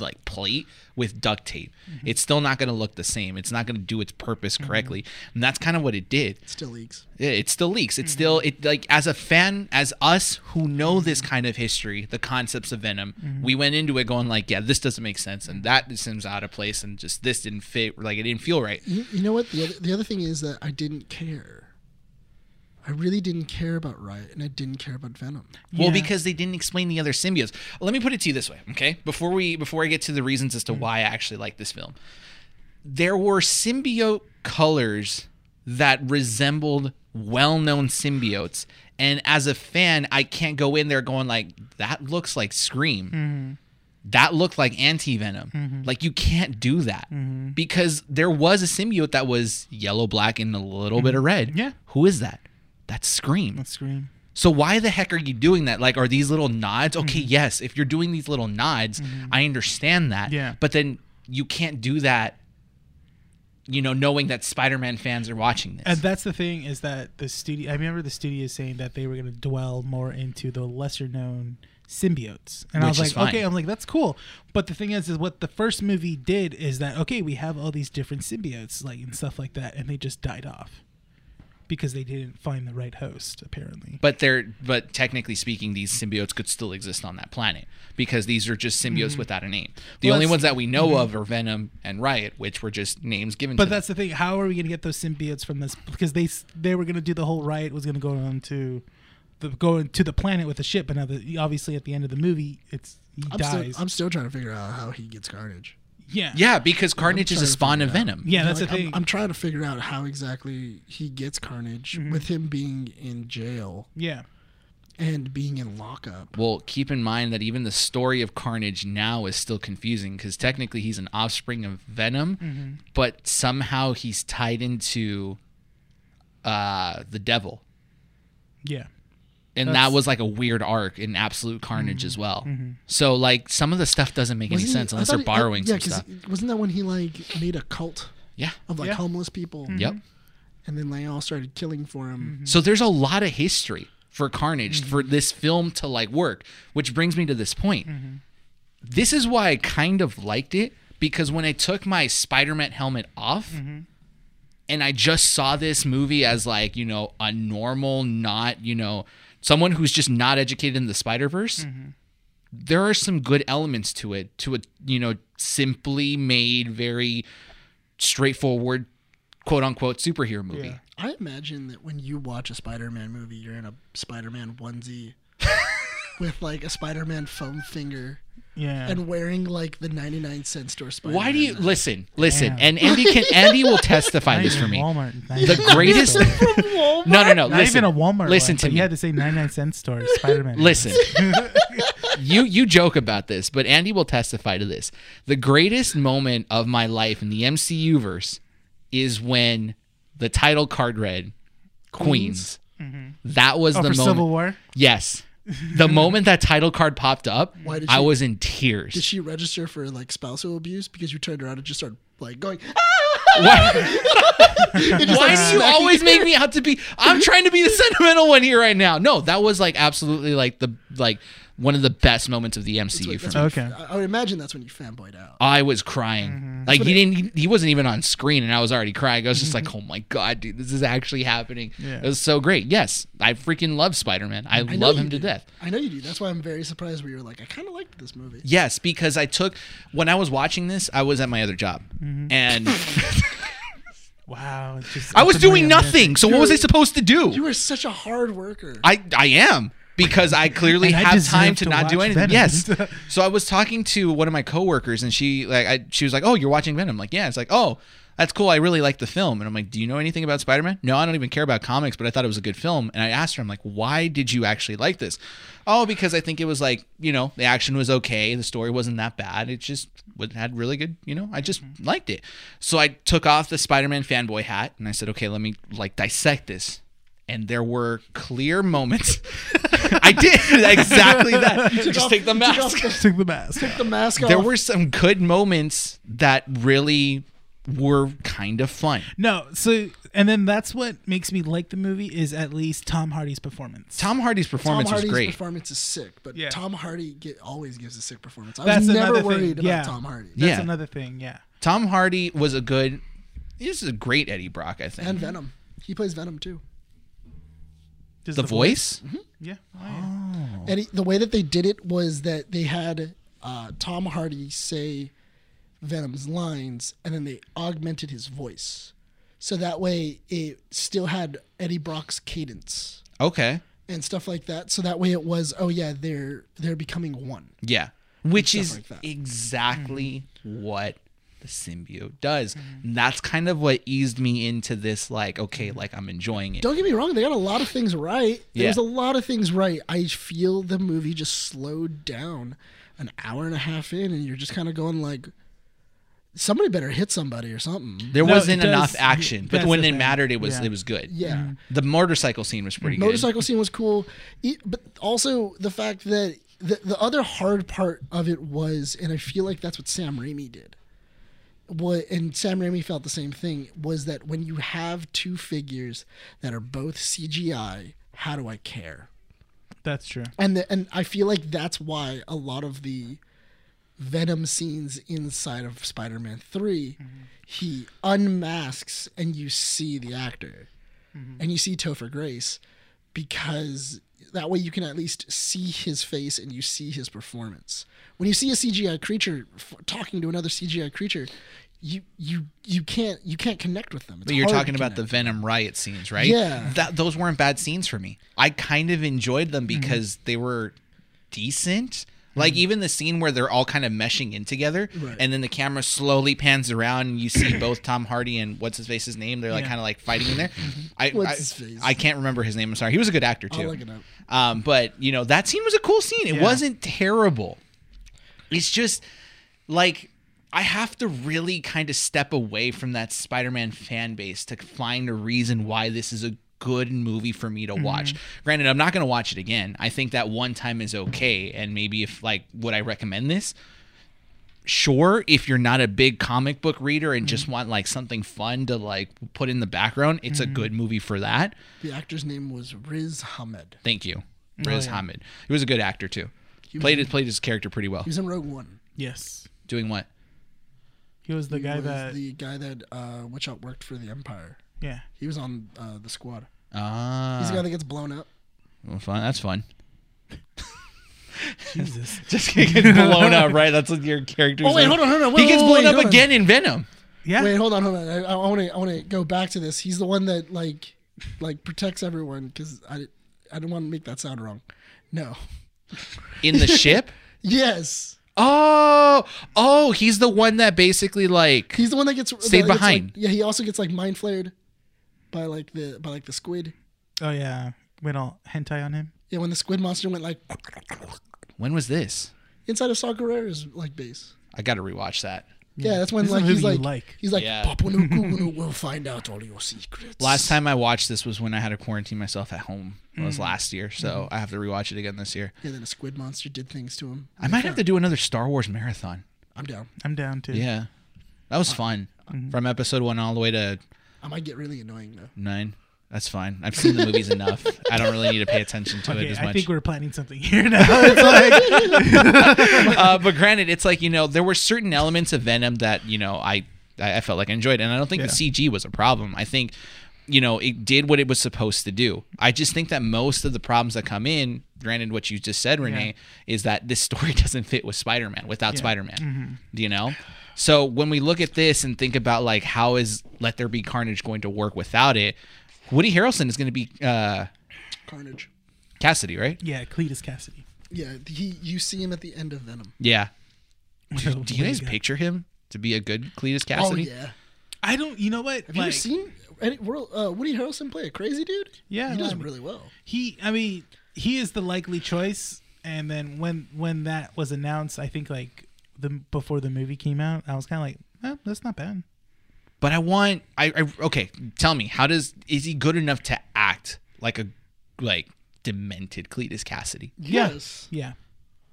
A: like plate with duct tape it's still not going to look the same it's not going to do its purpose correctly and that's kind of what it did
B: Still leaks.
A: yeah, it still leaks. It's still it like as a fan, as us who know this kind of history, the concepts of Venom, we went into it going like, yeah, this doesn't make sense, and that seems out of place, and just this didn't fit. Like it didn't feel right.
B: You, you know what? The other, the other thing is that I didn't care. I really didn't care about Riot, and I didn't care about Venom.
A: Well,
C: Yeah.
A: because they didn't explain the other symbiotes. Let me put it to you this way, okay? Before we before I get to the reasons as to why I actually like this film, there were symbiote colors that resembled well-known symbiotes, and as a fan, I can't go in there going like, "That looks like Scream."
C: Mm-hmm.
A: That looked like anti venom. Like you can't do that
C: Mm-hmm.
A: because there was a symbiote that was yellow, black, and a little bit of red.
C: Mm-hmm. Yeah.
A: who is that? That's Scream.
C: Let's scream.
A: So why the heck are you doing that? Like, are these little nods? Okay,
B: Mm-hmm.
A: yes, if you're doing these little nods, I understand that.
C: Yeah.
A: But then you can't do that, you know, knowing that Spider-Man fans are watching this.
C: And that's the thing is that the studio. I remember the studio saying that they were going to dwell more into the lesser known symbiotes, and I
A: Which
C: was
A: is
C: like,
A: fine.
C: okay, I'm like, that's cool. But the thing is, is what the first movie did is that okay, we have all these different symbiotes, like and stuff like that, and they just died off because they didn't find the right host, apparently.
A: but they're but technically speaking, these symbiotes could still exist on that planet because these are just symbiotes
B: Mm-hmm.
A: without a name. The
C: Well,
A: only
C: that's-
A: ones that we know of are Venom and Riot, which were just names given.
C: But
A: to
C: that's the thing. How are we going to get those symbiotes from this? Because they s- they were going to do the whole riot was going to go on to the going to the planet with the ship, and now the, obviously at the end of the movie, it's he
B: I'm still,
C: dies.
B: I'm still trying to figure out how he gets Carnage.
C: yeah,
A: them. yeah, because Carnage is a
B: trying to
A: spawn
B: figure
A: of
B: it out.
A: Venom.
C: yeah. That's
B: Like,
C: the thing.
B: I'm, I'm trying to figure out how exactly he gets Carnage
A: Mm-hmm.
B: with him being in jail
C: yeah,
B: and being in lockup.
A: Well, keep in mind that even the story of Carnage now is still confusing because technically he's an offspring of Venom,
B: Mm-hmm.
A: but somehow he's tied into uh, the devil.
C: yeah.
A: And
C: That's-
A: that was like a weird arc in Absolute Carnage as well. So, like, some of the stuff doesn't make any
B: Wasn't Mm-hmm. he-
A: sense
B: I
A: unless
B: thought
A: they're
B: he- I-
A: borrowing
B: yeah,
A: some
B: 'cause
A: stuff.
B: Wasn't that when he like made a cult
A: Yeah.
B: of like
C: Yeah.
B: homeless people?
A: Yep. Mm-hmm.
B: And then they all started killing for him.
A: So there's a lot of history for Carnage for this film to like work, which brings me to this point. This is why I kind of liked it because when I took my Spider-Man helmet off and I just saw this movie as like, you know, a normal not, you know, someone who's just not educated in the Spider-Verse, there are some good elements to it, to a, you know, simply made very straightforward quote unquote superhero movie.
C: Yeah.
B: I imagine that when you watch a Spider-Man movie, you're in a Spider-Man onesie with like a Spider-Man foam finger
C: Yeah.
B: and wearing like the 99 cent store Spider-Man.
A: Why do you
B: mask.
A: listen? Listen,
C: Damn.
A: and Andy can Andy will testify this for me.
C: Walmart.
A: The greatest. no, no, no.
C: Not
A: listen,
C: even a Walmart.
A: Listen
C: one,
A: to
C: but
A: me.
C: You had to say 99 cent store Spider Man.
A: Listen, you you joke about this, but Andy will testify to this. The greatest moment of my life in the MCU verse is when the title card read Queens. That was
C: Oh,
A: the
C: for
A: moment.
C: Civil War.
A: Yes, the moment that title card popped up,
B: Why did
A: I
B: you-
A: was in tears.
B: Did she register for like spousal abuse because you turned around and just started like going?
A: Why- Why
B: and just, like,
A: do you
B: smacking
A: always
B: her?
A: make me out to be? I'm trying to be the sentimental one here right now. No, that was like absolutely like the like one of the best moments of the
B: That's
A: MCU
B: what- that's
A: for me.
B: when you-
C: Okay.
B: I I would imagine that's when you fanboyed out.
A: I was crying.
B: Mm-hmm.
A: Like he didn't. He wasn't even on screen, and I was already crying. I was just
B: Mm-hmm.
A: like, "Oh my god, dude, this is actually happening."
C: Yeah.
A: It was so great. Yes, I freaking love Spider Man. I,
B: I know
A: love
B: you
A: him to
B: do.
A: death.
B: I know you do. That's why I'm very surprised where you were like, I kind of liked this movie.
A: Yes, because I took when I was watching this, I was at my other job,
B: Mm-hmm.
A: and
C: Wow. it's just-
A: I was
C: it's a
A: doing
C: million
A: nothing. So what was I supposed to do?
B: You were such a hard worker.
A: I I am because I clearly
C: And I
A: have
C: deserve
A: time to,
C: to
A: not do
C: watch
A: anything.
C: Venom.
A: Yes. so I was talking to one of my coworkers, and she like I, she was like, "Oh, you're watching Venom?" I'm like, yeah. It's like, oh. That's cool. I really like the film. And I'm like, do you know anything about Spider Man? No, I don't even care about comics, but I thought it was a good film. And I asked her, I'm like, why did you actually like this? Oh, because I think it was like, you know, the action was okay. The story wasn't that bad. It just was- had really good, you know, I just
B: Mm-hmm.
A: liked it. So I took off the Spider Man fanboy hat and I said, okay, let me like dissect this and there were clear moments. I did exactly that. Just
B: off-
A: take the
B: you took off
A: mask.
B: Oh.
C: minutes. Took the mask.
B: the mask off.
A: There were some good moments that really were kind of fun.
C: No, so and then that's what makes me like the movie is at least Tom Hardy's performance.
A: Tom Hardy's
B: Tom
A: performance
B: Hardy's
A: was great.
B: performance is sick, but
C: Yeah.
B: Tom Hardy get, always gives a sick performance. I was
C: That's
B: never
C: another thing,
B: worried about
C: yeah.
B: Tom Hardy
A: Yeah.
C: That's another thing. Yeah.
A: Tom Hardy was a good. This is a great Eddie Brock, I think.
B: and Venom. He plays Venom too.
C: Just
A: the, voice.
C: Yeah. Oh, yeah.
B: And he, the way that they did it was that they had uh, Tom Hardy say Venom's lines, and then they augmented his voice, so that way it still had Eddie Brock's cadence
A: Mm-hmm. Okay.
B: and stuff like that. So that way it was, oh yeah, they're they're becoming one.
A: Yeah. Which is
B: like that.
A: exactly what the symbiote does. And that's kind of what eased me into this, like, okay, like I'm enjoying it.
B: Don't get me wrong, they got a lot of things right.
A: Yeah.
B: There's a lot of things right. I feel the movie just slowed down an hour and a half in, and you're just kind of going like, somebody better hit somebody or something.
A: there
C: No, it
A: wasn't
C: does-
A: enough action, but
C: that's
A: when
C: the
A: it
C: thing.
A: mattered, it was
C: Yeah.
A: it was good.
B: Yeah.
A: The motorcycle scene was pretty
B: Motorcycle scene was cool, E- but also the fact that the, the other hard part of it was, and I feel like that's what Sam Raimi did. What and Sam Raimi felt the same thing was that when you have two figures that are both CGI, how do I care?
C: That's true.
B: and the, and I feel like that's why a lot of the Venom scenes inside of Spider-Man 3 he unmasks and you see the actor and you see Topher Grace because that way you can at least see his face and you see his performance. When you see a CGI creature f- talking to another CGI creature, you you you can't you can't connect with them. It's
A: But you're
B: hard to
A: talking about the
B: connect.
A: Venom riot scenes, right?
B: Yeah.
A: That those weren't bad scenes for me. I kind of enjoyed them
B: Mm-hmm.
A: because they were decent. Like even the scene where they're all kind of meshing in together,
B: Right.
A: and then the camera slowly pans around, and you see both Tom Hardy and what's his face's name. They're like
C: Yeah.
A: kind of like fighting in there. I,
B: Mm-hmm. What's
A: I-
B: his face? Oh,
A: I can't remember his name. I'm sorry. He was a good actor too.
B: I'll look it up.
A: Um, but you know that scene was a cool scene. It
C: Yeah.
A: wasn't terrible. It's just like I have to really kind of step away from that Spider-Man fan base to find a reason why this is a good movie for me to watch. Granted, I'm not going to watch it again. I think that one time is okay and maybe if like would I recommend this? Sure, if you're not a big comic book reader and just want like something fun to like put in the background, it's a good movie for that.
B: the actor's name was Riz Ahmed.
A: Thank you,
B: Oh,
A: Riz
C: yeah.
A: Ahmed. He was a good actor too. played his played his character pretty well.
B: He was in Rogue One.
C: Yes.
A: Doing what?
C: He was the
B: He
C: guy
B: was
C: that.
B: the guy that uh, Witch Out worked for the Empire.
C: yeah.
B: He was on uh, the squad. He's the guy
A: Ah,
B: that gets blown up.
A: well, fun. That's fun.
C: Jesus.
A: Just gets blown up, right? That's what your character.
B: Oh, wait, hold on, hold on. Wait,
A: he gets
B: wait,
A: blown
B: wait,
A: up
B: hold on.
A: again in Venom.
C: Yeah.
B: Wait, hold on, hold on. I, I want to, I want to go back to this. He's the one that like, like protects everyone because I, I don't want to make that sound wrong. No.
A: In the ship.
B: Yes,
A: Oh, oh, he's the one that basically like.
B: he's the one that gets that gets,
A: behind.
B: like- yeah, he also gets like mind flared by like the by like the squid.
C: Oh yeah. Went all hentai on him.
B: Yeah, when the squid monster went like
A: When was this?
B: inside of Saw Gerrera's like base.
A: I got to rewatch that.
B: Yeah,
C: Yeah.
B: that's when
C: This is a
B: like he's
C: movie
B: like,
C: you like.
B: he's like
A: Yeah.
B: Papua New Guinea will find out all your secrets.
A: Last time I watched this was when I had to quarantine myself at home. It
B: Mm.
A: was last year, so
B: Mm-hmm.
A: I have to rewatch it again this year.
B: Yeah, then a squid monster did things to him.
A: I might have to do another Star Wars marathon.
B: I'm down.
C: I'm down too.
A: Yeah, that was fun.
B: Mm-hmm.
A: From episode one all the way to
B: I might get really annoying though.
A: nine. That's fine. I've seen the movies enough. I don't really need to pay attention to it
C: Okay,
A: as
C: I
A: much.
C: think we're planning something here now. It's like,
A: uh, but granted, it's like you know there were certain elements of Venom that you know I I I felt like I enjoyed, and I don't think the CG was a problem. I think you know it did what it was supposed to do. I just think that most of the problems that come in, granted what you just said, Renee, is that this story doesn't fit with Spider-Man without Spider-Man. You know. So when we look at this and think about like how is Let There Be Carnage going to work without it, Woody Harrelson is going to be uh,
B: Carnage.
A: Cassidy, right?
C: yeah, Cletus Cassidy.
B: Yeah, he. You see him at the end of Venom.
A: Yeah.
C: Do,
A: Do you guys picture him to be a good Cletus Cassidy?
B: Oh yeah.
C: I don't. You know what?
B: Have you ever seen any, World- uh, Woody Harrelson play a crazy dude?
C: Yeah,
B: he does
C: like-
B: really well.
C: he i mean he is the likely choice and then when when that was announced i think like the before the movie came out i was kind of like well, that's not bad
A: But I want I, I okay, tell me, how does is he good enough to act like a like demented Cletus Cassidy?
C: Yeah.
B: Yes.
C: yeah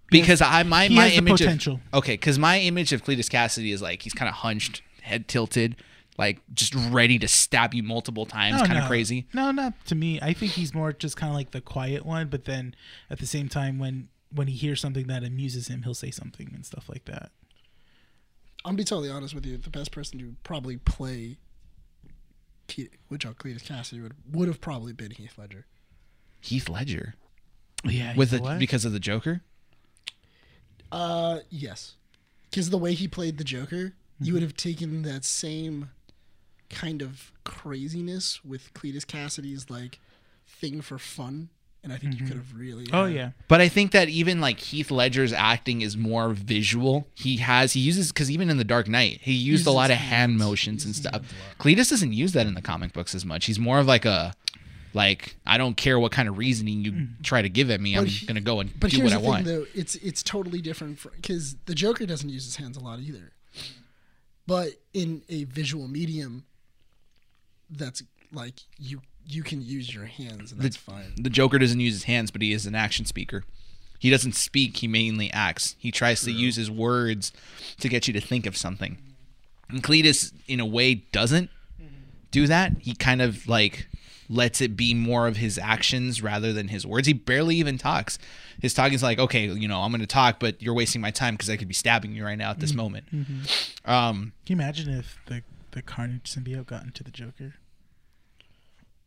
A: Because I my
C: He
A: my
C: has the
A: image
C: potential.
A: of Okay, cuz my image of Cletus Cassidy is like he's kind of hunched, head tilted, like just ready to stab you multiple times,
C: No,
A: kind of
C: Oh, no.
A: crazy.
C: No, not to me. I think he's more just kind of like the quiet one. But then at the same time, when when he hears something that amuses him, he'll say something and stuff like that.
B: I'm gonna be totally honest with you. The best person to probably play, Ke- which on Cletus Cassidy would would have probably been Heath Ledger.
A: Heath Ledger
C: Yeah,
A: with the, because of the Joker.
B: Uh, yes, because the way he played the Joker,
C: Mm-hmm.
B: you would have taken that same kind of craziness with Cletus Cassidy's like thing for fun, and I think you could have really.
C: oh
B: had-
C: yeah,
A: But I think that even like Heath Ledger's acting is more visual. He has he uses because even in The Dark Knight, he used a
B: Uses
A: lot of
B: hands.
A: hand motions and stuff. Cletus doesn't use that in the comic books as much. He's more of like a like I don't care what kind of reasoning you try to give at me. I'm
B: he-
A: gonna go and
B: Mm. But
A: do
B: here's
A: what I
B: the thing,
A: want.
B: though. It's it's totally different because the Joker doesn't use his hands a lot either. But in a visual medium, that's like you you can use your hands and that's fine.
A: the Joker doesn't use his hands, but he is an action speaker. He doesn't speak, he mainly acts. He tries to use his words to get you to think of something. And Cletus, in a way, doesn't do that. He kind of like lets it be more of his actions rather than his words. He barely even talks. His talking is like, okay, you know, I'm going to talk, but you're wasting my time because I could be stabbing you right now
C: Mm-hmm.
A: at this moment. Um,
C: can you imagine if the the Carnage symbiote got into the Joker?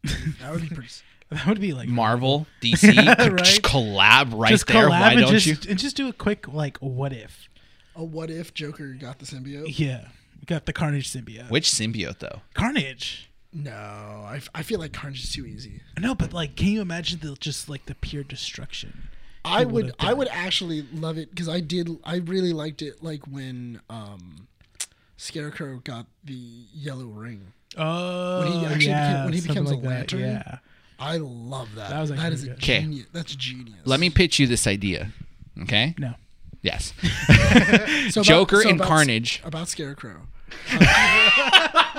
B: That would be pretty. s-
C: That would be like
A: Marvel, DC, could just
C: Right.
A: collab right
C: just
A: there.
C: collab
A: Why
C: and
A: don't
C: just
A: you?
C: and just do a quick like what if?
B: A what if Joker got the symbiote?
C: Yeah, we got the Carnage symbiote.
A: Which symbiote, though?
C: Carnage.
B: No, I, f- I feel like Carnage is too easy.
C: No, but like, can you imagine the just like the pure destruction?
B: I
C: It would
B: would
C: have
B: I
C: done.
B: would actually love it because I did I really liked it like when um Scarecrow got the yellow ring.
C: Oh,
B: actually
C: yeah,
B: became- when he
C: something
B: becomes a
C: like that,
B: lantern,
C: yeah.
B: I love that.
C: That was
B: that
C: actually
B: is a
C: good.
A: 'Kay.
B: genius. That's genius.
A: Let me pitch you this idea. Okay?
C: No,
A: Yes.
B: So about-
A: Joker
B: so
A: and
B: about-
A: Carnage.
B: about Scarecrow.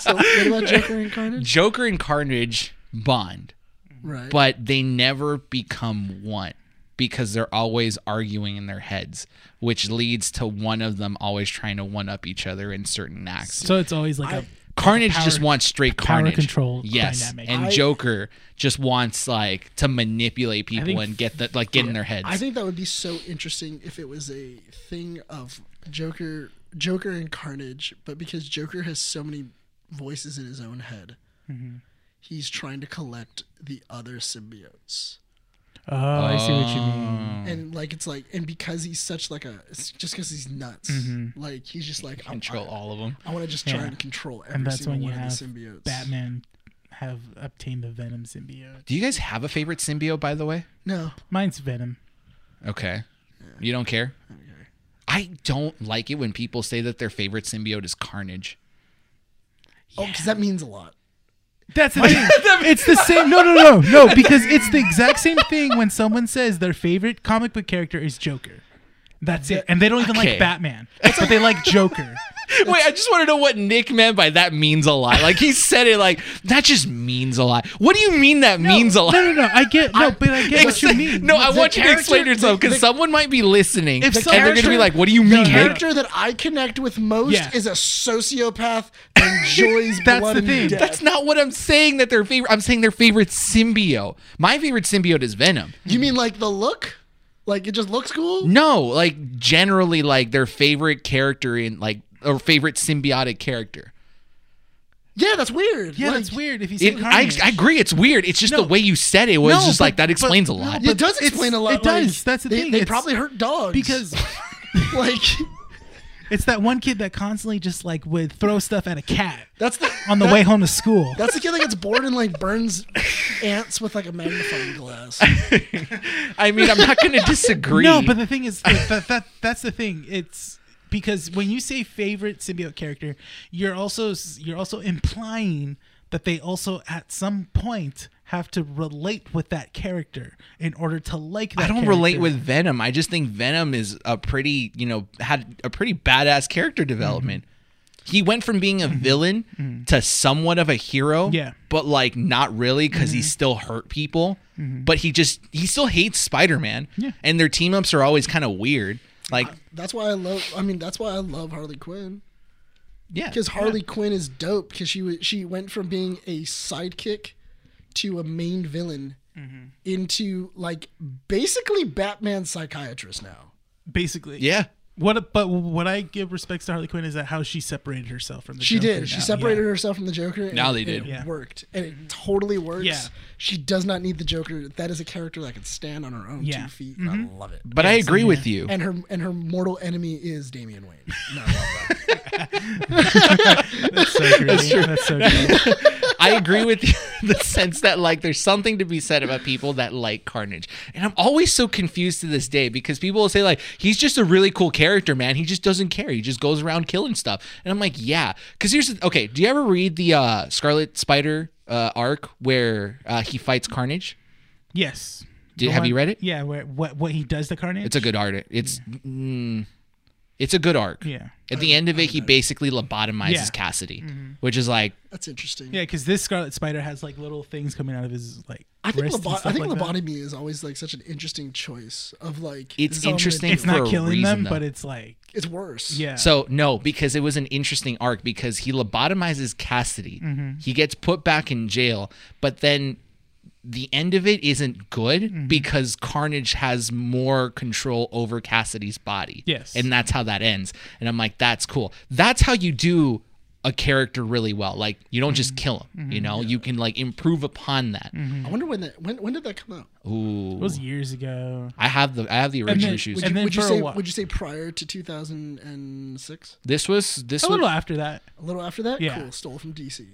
B: so what about Joker and Carnage?
A: Joker and Carnage bond,
B: Right.
A: but they never become one because they're always arguing in their heads, which leads to one of them always trying to one up each other in certain acts.
C: so it's always like a
A: Carnage
C: Power-
A: just wants straight
C: power
A: carnage.
C: control
A: yes,
C: dynamic.
A: and
B: I-
A: Joker just wants like to manipulate people
C: think-
A: and get the like get in their heads.
B: I think that would be so interesting if it was a thing of Joker Joker and Carnage, but because Joker has so many voices in his own head,
C: Mm-hmm.
B: he's trying to collect the other symbiotes.
C: Oh, I see what you
A: Oh,
C: mean.
B: And like it's like and because he's such like a it's just because he's nuts, like he's just like I-
A: control
B: I,
A: all of them.
B: I want to just try
C: Mm-hmm. Yeah.
B: and control every
C: And that's
B: single
C: when you
B: one
C: have
B: of the symbiotes.
C: Batman have obtained the Venom symbiote.
A: Do you guys have a favorite symbiote, by the way?
B: No,
C: Mine's Venom.
A: Okay. You don't care? I don't like it when people say that their favorite symbiote is Carnage.
B: Oh, because that means a lot.
C: That's the thing. it's the same. No, no, no, no. Because it's the exact same thing when someone says their favorite comic book character is Joker. That's it, and they don't even
A: Okay.
C: like Batman, but they like Joker.
A: Wait, I just want to know what Nick meant by that means a lot. Like he said it like that just means a lot. What do you mean that means a lot?
C: No, no, no. I get no, but I get what you
A: Ex-
C: mean.
A: No, I want you to
B: character-
A: explain yourself
B: the-
A: because
B: the-
A: someone might be listening
C: If
A: and
C: some-
A: they're going to be
C: character-
A: like, "What do you
B: The
A: mean?"
B: character that I connect with most
C: Yeah.
B: is a sociopath that enjoys
C: That's
B: blood
C: the
B: and
C: thing.
B: death.
A: That's not what I'm saying. That their favorite. I'm saying their favorite symbiote. My favorite symbiote is Venom.
B: You mean like the look? Like it just looks cool?
A: No, like generally, like their favorite character in like or favorite symbiotic character.
B: Yeah, that's weird.
C: Yeah,
B: like,
C: that's weird. If you say
A: It, I,
C: Carnage.
A: I agree. It's weird. It's just
C: No.
A: the way you said it was
C: No,
A: just like
C: but-
A: that explains a
C: but-
A: lot.
C: no,
B: It
C: but
B: does
C: it's-
B: explain a lot.
C: it does.
B: like,
C: That's the
B: they,
C: thing.
B: They
C: It's-
B: probably hurt dogs
C: because
B: like
C: it's that one kid that constantly just like would throw stuff at a cat
B: that's the
C: on the
B: that-
C: way home to school.
B: That's the kid that gets bored and like burns ants with like a magnifying glass.
A: I mean, I'm not going to disagree.
C: No, but the thing is that, that, that that's the thing. It's because when you say favorite symbiote character, you're also you're also implying that they also at some point have to relate with that character in order to like that
A: I don't
C: character.
A: relate with Venom. I just think Venom is a pretty, you know, had a pretty badass character development.
C: Mm-hmm.
A: He went from being a villain to somewhat of a hero,
C: Yeah. Mm-hmm.
A: but like not really because he still hurt people. But he just he still hates Spider Man,
C: Yeah. Uh,
A: and their team ups are always kind of weird. Like
B: That's why I love I mean that's why I love Harley Quinn.
A: Yeah.
B: because Harley Quinn is dope because she was she went from being a sidekick to a main villain
C: Mm-hmm.
B: into like basically Batman's psychiatrist now.
C: basically.
A: Yeah.
C: What? But what I give respects to Harley Quinn is that how she separated herself from the.
B: She
C: Joker
B: did. She
C: now.
B: separated
C: Yeah.
B: herself from the Joker. And
A: Now they
B: it-
A: did.
B: It
C: Yeah.
B: worked, and it totally works.
C: Yeah.
B: She does not need the Joker. That is a character that can stand on her own
C: Yeah. Mm-hmm.
B: two feet. and I love it.
A: But I agree with you.
B: And her and her mortal enemy is Damian Wayne. No, I love that.
C: That's so great. That's, so great.
A: I agree with you in the sense that like there's something to be said about people that like Carnage. And I'm always so confused to this day because people will say like he's just a really cool character, man. He just doesn't care. He just goes around killing stuff. And I'm like, yeah. Cuz here's the, okay, do you ever read the uh Scarlet Spider uh arc where uh he fights Carnage?
C: Yes.
A: Did-
C: The
A: have you
C: one-
A: read it?
C: Yeah. Where, what what he does to Carnage?
A: It's a good art. It's mm, it's a good arc.
C: Yeah.
A: At the end of it, he basically lobotomizes
C: Yeah. Mm-hmm.
A: Cassidy, which is like
B: That's interesting.
C: Yeah, because this Scarlet Spider has like little things coming out of his like.
B: I think
C: wrist and
B: lobo- I
C: stuff
B: think
C: like that.
B: lobotomy is always like such an interesting choice of like
A: It's
B: this is all I'm gonna
A: interesting
B: do.
C: It's not
A: for a
C: killing
A: reason,
C: them,
A: though.
C: but it's like
B: It's worse.
C: yeah.
A: So no, because it was an interesting arc because he lobotomizes Cassidy.
C: Mm-hmm.
A: He gets put back in jail, but then the end of it isn't good
C: Mm-hmm.
A: because Carnage has more control over Cassidy's body.
C: Yes.
A: And that's how that ends. And I'm like, that's cool. That's how you do a character really well. Like you don't
C: Mm-hmm.
A: just kill him, you know? You can like improve upon that.
B: I wonder when that when when did that come out?
C: it
A: Ooh.
C: was years ago.
A: I have the I have the original
C: then-
A: issues.
B: Would
C: And
B: you,
C: then
B: would you
C: for a
B: say
C: while-
B: would you say prior to 2006?
A: This was this
C: A
A: was
C: little after that.
B: A little after that?
C: Yeah.
B: Cool. Stole from DC.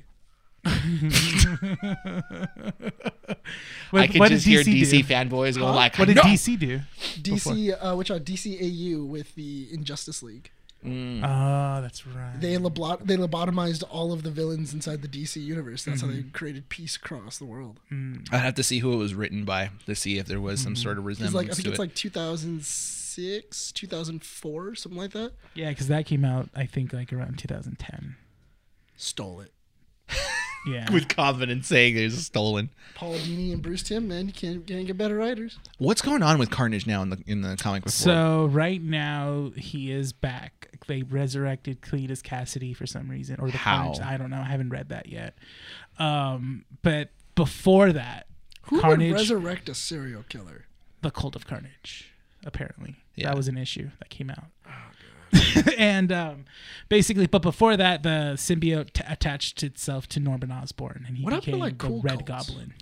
C: What,
A: I could
C: what
A: just
C: did
A: hear
C: DC
A: DC
C: do?
A: fanboys go like
C: What did
A: "No!"
C: DC do?
B: DC uh, which are DCAU with the Injustice League.
A: Hmm.
C: Oh, that's right.
B: They lobot- they lobotomized all of the villains inside the DC universe. That's how they
C: Mm-hmm.
B: created peace across the world.
A: I'd have to see who it was written by to see if there was some sort of
B: It's
A: resemblance
B: Mm-hmm. like I think
A: to
B: it's
A: it.
B: like 2006, 2004, something like that.
C: yeah, because that came out I think like around 2010.
B: Stole it.
C: Yeah.
A: With confidence saying it was stolen.
B: Paul Dini and Bruce Tim, man, you can't, can't get better writers.
A: What's going on with Carnage now in the in the comic book world?
C: so right now he is back. They resurrected Cletus Cassidy for some reason, or the
A: How?
C: Carnage. I don't know. I haven't read that yet. Um, but before that,
B: Who
C: Carnage,
B: would resurrect a serial killer?
C: the Cult of Carnage. Apparently,
A: Yeah.
C: that was an issue that came out.
B: Oh,
C: and um, basically, but before that, the symbiote t- attached itself to Norman Osborn, and he
B: What happened to,
C: became
B: like,
C: the
B: cool
C: Red
B: cults?
C: Goblin.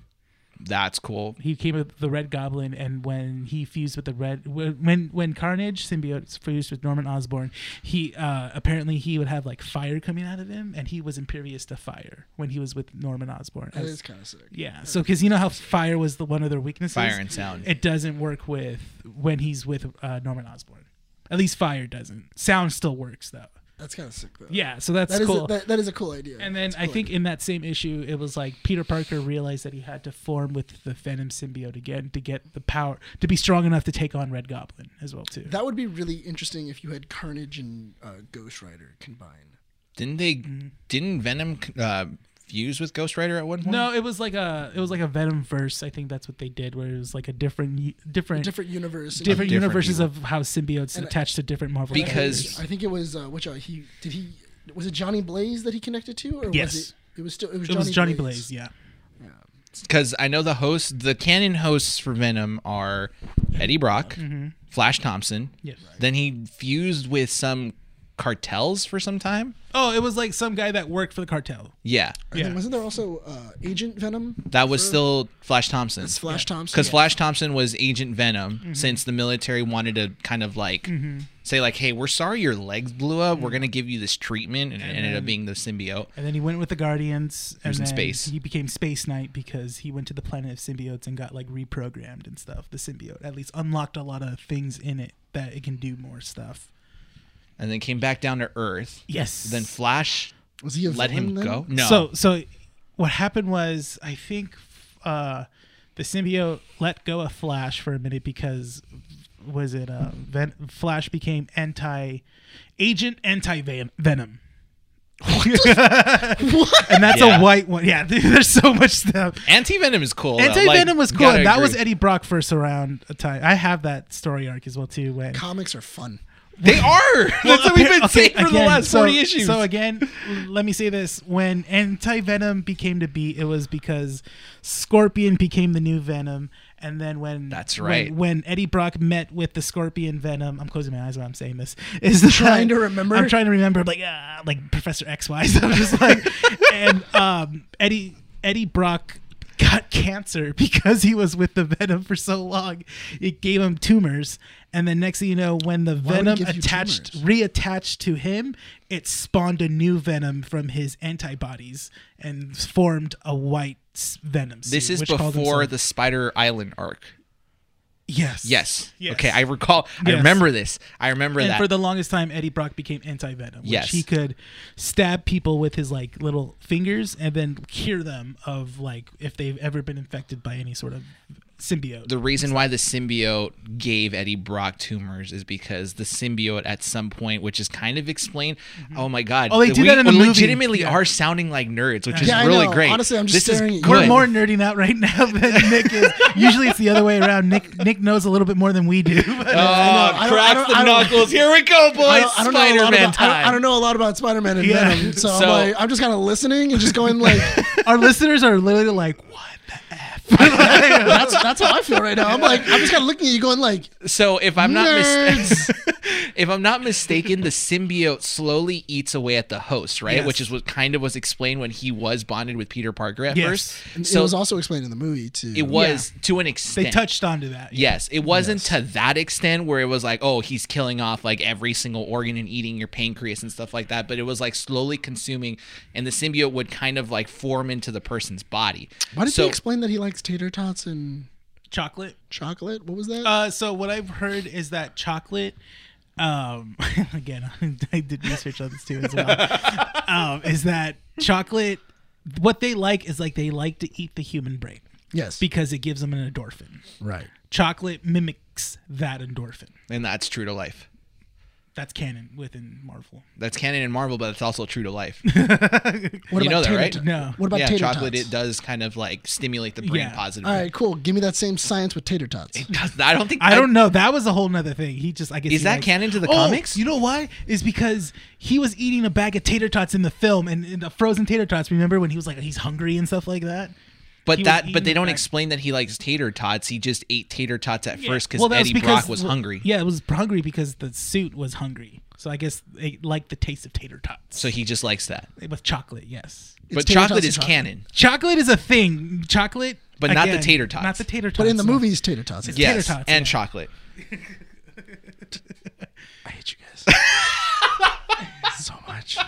A: That's cool.
C: he came with the Red Goblin, and when he fused with the Red, when when Carnage symbiote fused with Norman Osborn, he uh, apparently he would have like fire coming out of him, and he was impervious to fire when he was with Norman Osborn.
B: That
C: As-
B: is kind of sick.
C: yeah, so because you know how fire was the one of their weaknesses,
A: Fire and sound.
C: it doesn't work with when he's with uh, Norman Osborn. At least fire doesn't. Sound still works though.
B: That's kind of sick though.
C: Yeah, so that's
B: That is
C: cool.
B: a, that, that is a cool idea.
C: And then
B: It's a
C: I
B: cool
C: think
B: idea.
C: in that same issue, it was like Peter Parker realized that he had to form with the Venom symbiote again to get the power to be strong enough to take on Red Goblin as well too.
B: that would be really interesting if you had Carnage and uh, Ghost Rider combined.
A: Didn't they?
B: Mm-hmm.
A: Didn't Venom uh, fuse with Ghost Rider at one point?
C: no, it was like a it was like a Venom verse. I think that's what they did, where it was like a different y- different different,
B: Different universe. and-
A: different
C: universes
A: evil.
C: of how symbiotes
B: And I-
C: attached to different Marvel
A: Because-
C: characters.
B: I think it was uh, which uh, he did he was it Johnny Blaze that he connected to or
C: Yes.
B: was it it was still it was
C: it
B: Johnny,
C: was Johnny Blaze. Yeah,
A: because I know the host, the canon hosts for Venom are Eddie Brock,
B: Mm-hmm.
A: Flash Thompson.
C: Yes.
A: Then he fused with some cartels for some time.
C: Oh, it was like some guy that worked for the cartel.
A: Yeah,
B: And then
C: Yeah.
B: wasn't there also uh, Agent Venom?
A: that was still Flash Thompson.
B: It's Flash Thompson.
A: because Flash Thompson was Agent Venom
C: Mm-hmm.
A: since the military wanted to kind of like say like, hey, we're sorry your legs blew up.
C: Mm-hmm.
A: We're gonna give you this treatment, and, it ended up being the symbiote.
C: And then he went with the Guardians. And
A: was in
C: then
A: space.
C: He became Space Knight because he went to the planet of symbiotes and got like reprogrammed and stuff. The symbiote at least unlocked a lot of things in it that it can do more stuff.
A: And then came back down to Earth.
C: Yes.
A: Then Flash
B: was he a
A: let him
B: villain then?
A: go. No,
C: So so what happened was I think uh, the symbiote let go of Flash for a minute because was it uh, Ven- Flash became anti agent anti Venom. And that's
A: Yeah.
C: a white one. Yeah, there's so much stuff.
A: Anti Venom is cool. though.
C: Anti
A: Like,
C: Venom was cool.
A: gotta
C: And that was
A: agree.
C: Eddie Brock first around a time. I have that story arc as well too. When
B: Comics are fun.
A: They are. That's what we've been saying for the
C: again,
A: last
C: so-
A: forty issues.
C: So again, l- let me say this: when Anti Venom became to be, it was because Scorpion became the new Venom, and then when
A: That's
C: when-
A: right.
C: when, Eddie Brock met with the Scorpion Venom, I'm closing my eyes when I'm saying this. Is that-
B: Trying to remember?
C: I'm trying to remember, like ah, like Professor X Y. So I'm just like, and um, Eddie Eddie Brock. Got cancer because he was with the venom for so long. It gave him tumors, and then next thing you know, when the
B: would he
C: venom
B: give you
C: attached
B: tumors?
C: reattached to him it spawned a new venom from his antibodies and formed a white s- venom suit,
A: this is
C: which called
A: before
C: himself-
A: the Spider Island arc.
C: yes
A: Yes.
C: Yes.
A: Okay, I recall. I
C: Yes.
A: remember this. I remember
C: and
A: that.
C: for the longest time eddie brock became anti-venom which
A: Yes.
C: he could stab people with his like little fingers and then cure them of like if they've ever been infected by any sort of symbiote
A: the reason why the symbiote gave Eddie Brock tumors is because the symbiote at some point, which is kind of explained. Oh my god!
C: Oh, they do that in the
A: we
C: movie.
A: legitimately
C: Yeah.
A: are sounding like nerds, which is
B: Yeah, I
A: really
B: know.
A: great.
B: Honestly, I'm just
A: This is
B: staring at you.
A: good.
C: we're more nerding out right now than Nick is. Usually, it's the other way around. Nick Nick knows a little bit more than we do. but-
A: Oh,
B: I don't- I
A: cracks
B: don't-
A: the
B: I don't-
A: knuckles! Here we go,
B: I
A: boys!
B: don't, I don't know a lot
A: Spider-Man
B: about- I don't-
A: time.
B: I don't know a lot about Spider-Man and
C: Yeah.
B: Venom, so,
A: So-
B: I'm like, I'm just kind of listening and just going like,
A: Oh.
C: Our listeners are literally like, "What the f?"
B: that's that's how I feel right now. I'm like, I'm just kind of looking at you going like,
A: So if I'm not mis-
B: Nerds.
A: if I'm not mistaken, the symbiote slowly eats away at the host, right?
C: Yes.
A: Which is what kind of was explained when he was bonded with Peter Parker at
C: Yes.
A: first.
B: it
A: So
B: was also explained in the movie too.
A: it was to an extent.
C: They touched onto that. yeah.
A: Yes, it wasn't to that extent where it was like, oh, he's killing off like every single organ and eating your pancreas and stuff like that. But it was like slowly consuming, and the symbiote would kind of like form into the person's body.
B: Why did
A: so,
B: he explain that he likes tater tots and
C: Chocolate.
B: chocolate? What was that?
C: Uh, so what I've heard is that chocolate. Um, again, I did research on this too as well. um, is that chocolate? What they like is like they like to eat the human brain
B: yes,
C: because it gives them an endorphin.
B: right.
C: Chocolate mimics that endorphin.
A: and that's true to life.
C: That's canon within Marvel.
A: That's canon in Marvel, but it's also true to life.
B: What
A: You
B: about
A: know that,
B: tater
A: right?
B: tot-
C: No.
B: What about
A: yeah,
B: tater
A: chocolate
B: tots?
A: it does kind of like stimulate the brain
C: Yeah.
A: positively.
B: All right, cool. Give me that same science with tater tots.
A: Does- I don't think
C: I don't know. That was a whole nother thing. He just I guess
A: Is
C: he
A: that
C: likes-
A: canon to the
C: Oh,
A: comics?
C: You know why? Is because he was eating a bag of tater tots in the film and, and the frozen tater tots. Remember when he was like he's hungry and stuff like that.
A: But
C: he was
A: that
C: eating
A: but they
C: it
A: don't
C: back-
A: explain that he likes tater tots. He just ate tater tots at first
C: Well,
A: because
C: that
A: Eddie Brock
C: because-
A: was
C: well,
A: hungry.
C: Yeah, it was hungry because the suit was hungry. So I guess they like the taste of tater tots
A: So he just likes that.
C: with chocolate. Yes,
A: but
B: tater tots
A: chocolate
B: and
A: is
B: chocolate.
A: canon.
C: chocolate is a thing. Chocolate,
A: But not the
C: again,
A: tater tots.
C: Not the tater tots.
B: But in the
C: no.
B: movies, tater tots.
C: It's-
A: Yes,
C: tater tots,
A: and
C: yeah.
A: chocolate.
B: I hate you guys so much. Can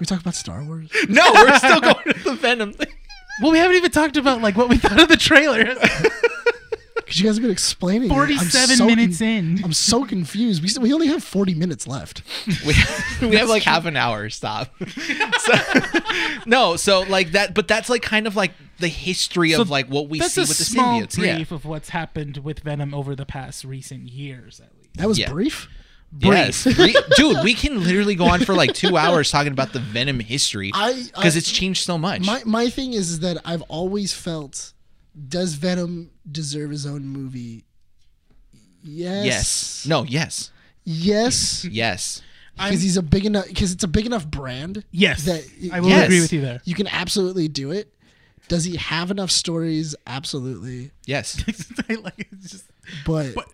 B: we talk about Star Wars?
A: No, we're still going to the Venom thing.
C: well, we haven't even talked about like what we thought of the trailer.
B: Because you guys have been explaining. it. I'm
C: 47
B: so
C: minutes in.
B: I'm so confused. We, s- we only have 40 minutes left.
A: We, we have like half an hour. Stop. So, no, so like that, but that's like kind of like the history of
C: So
A: like what we
C: That's
A: see
C: a
A: with the
C: small
A: symbiotes. Yeah.
C: brief of what's happened with Venom over the past recent years, at least.
B: That was
A: Yeah.
B: brief.
A: Yes, We- dude, we can literally go on for like two hours talking about the Venom history
B: I- I-
A: because it's changed so much.
B: My my thing is, is that I've always felt does Venom deserve his own movie? Yes.
A: yes. No. Yes.
B: Yes.
A: Yes.
B: Because he's a big enough. Because it's a big enough brand.
C: Yes,
B: That
C: I will
A: Yes.
C: agree with you there.
B: You can absolutely do it. Does he have enough stories? Absolutely.
A: Yes.
C: I like it's just,
B: But,
C: but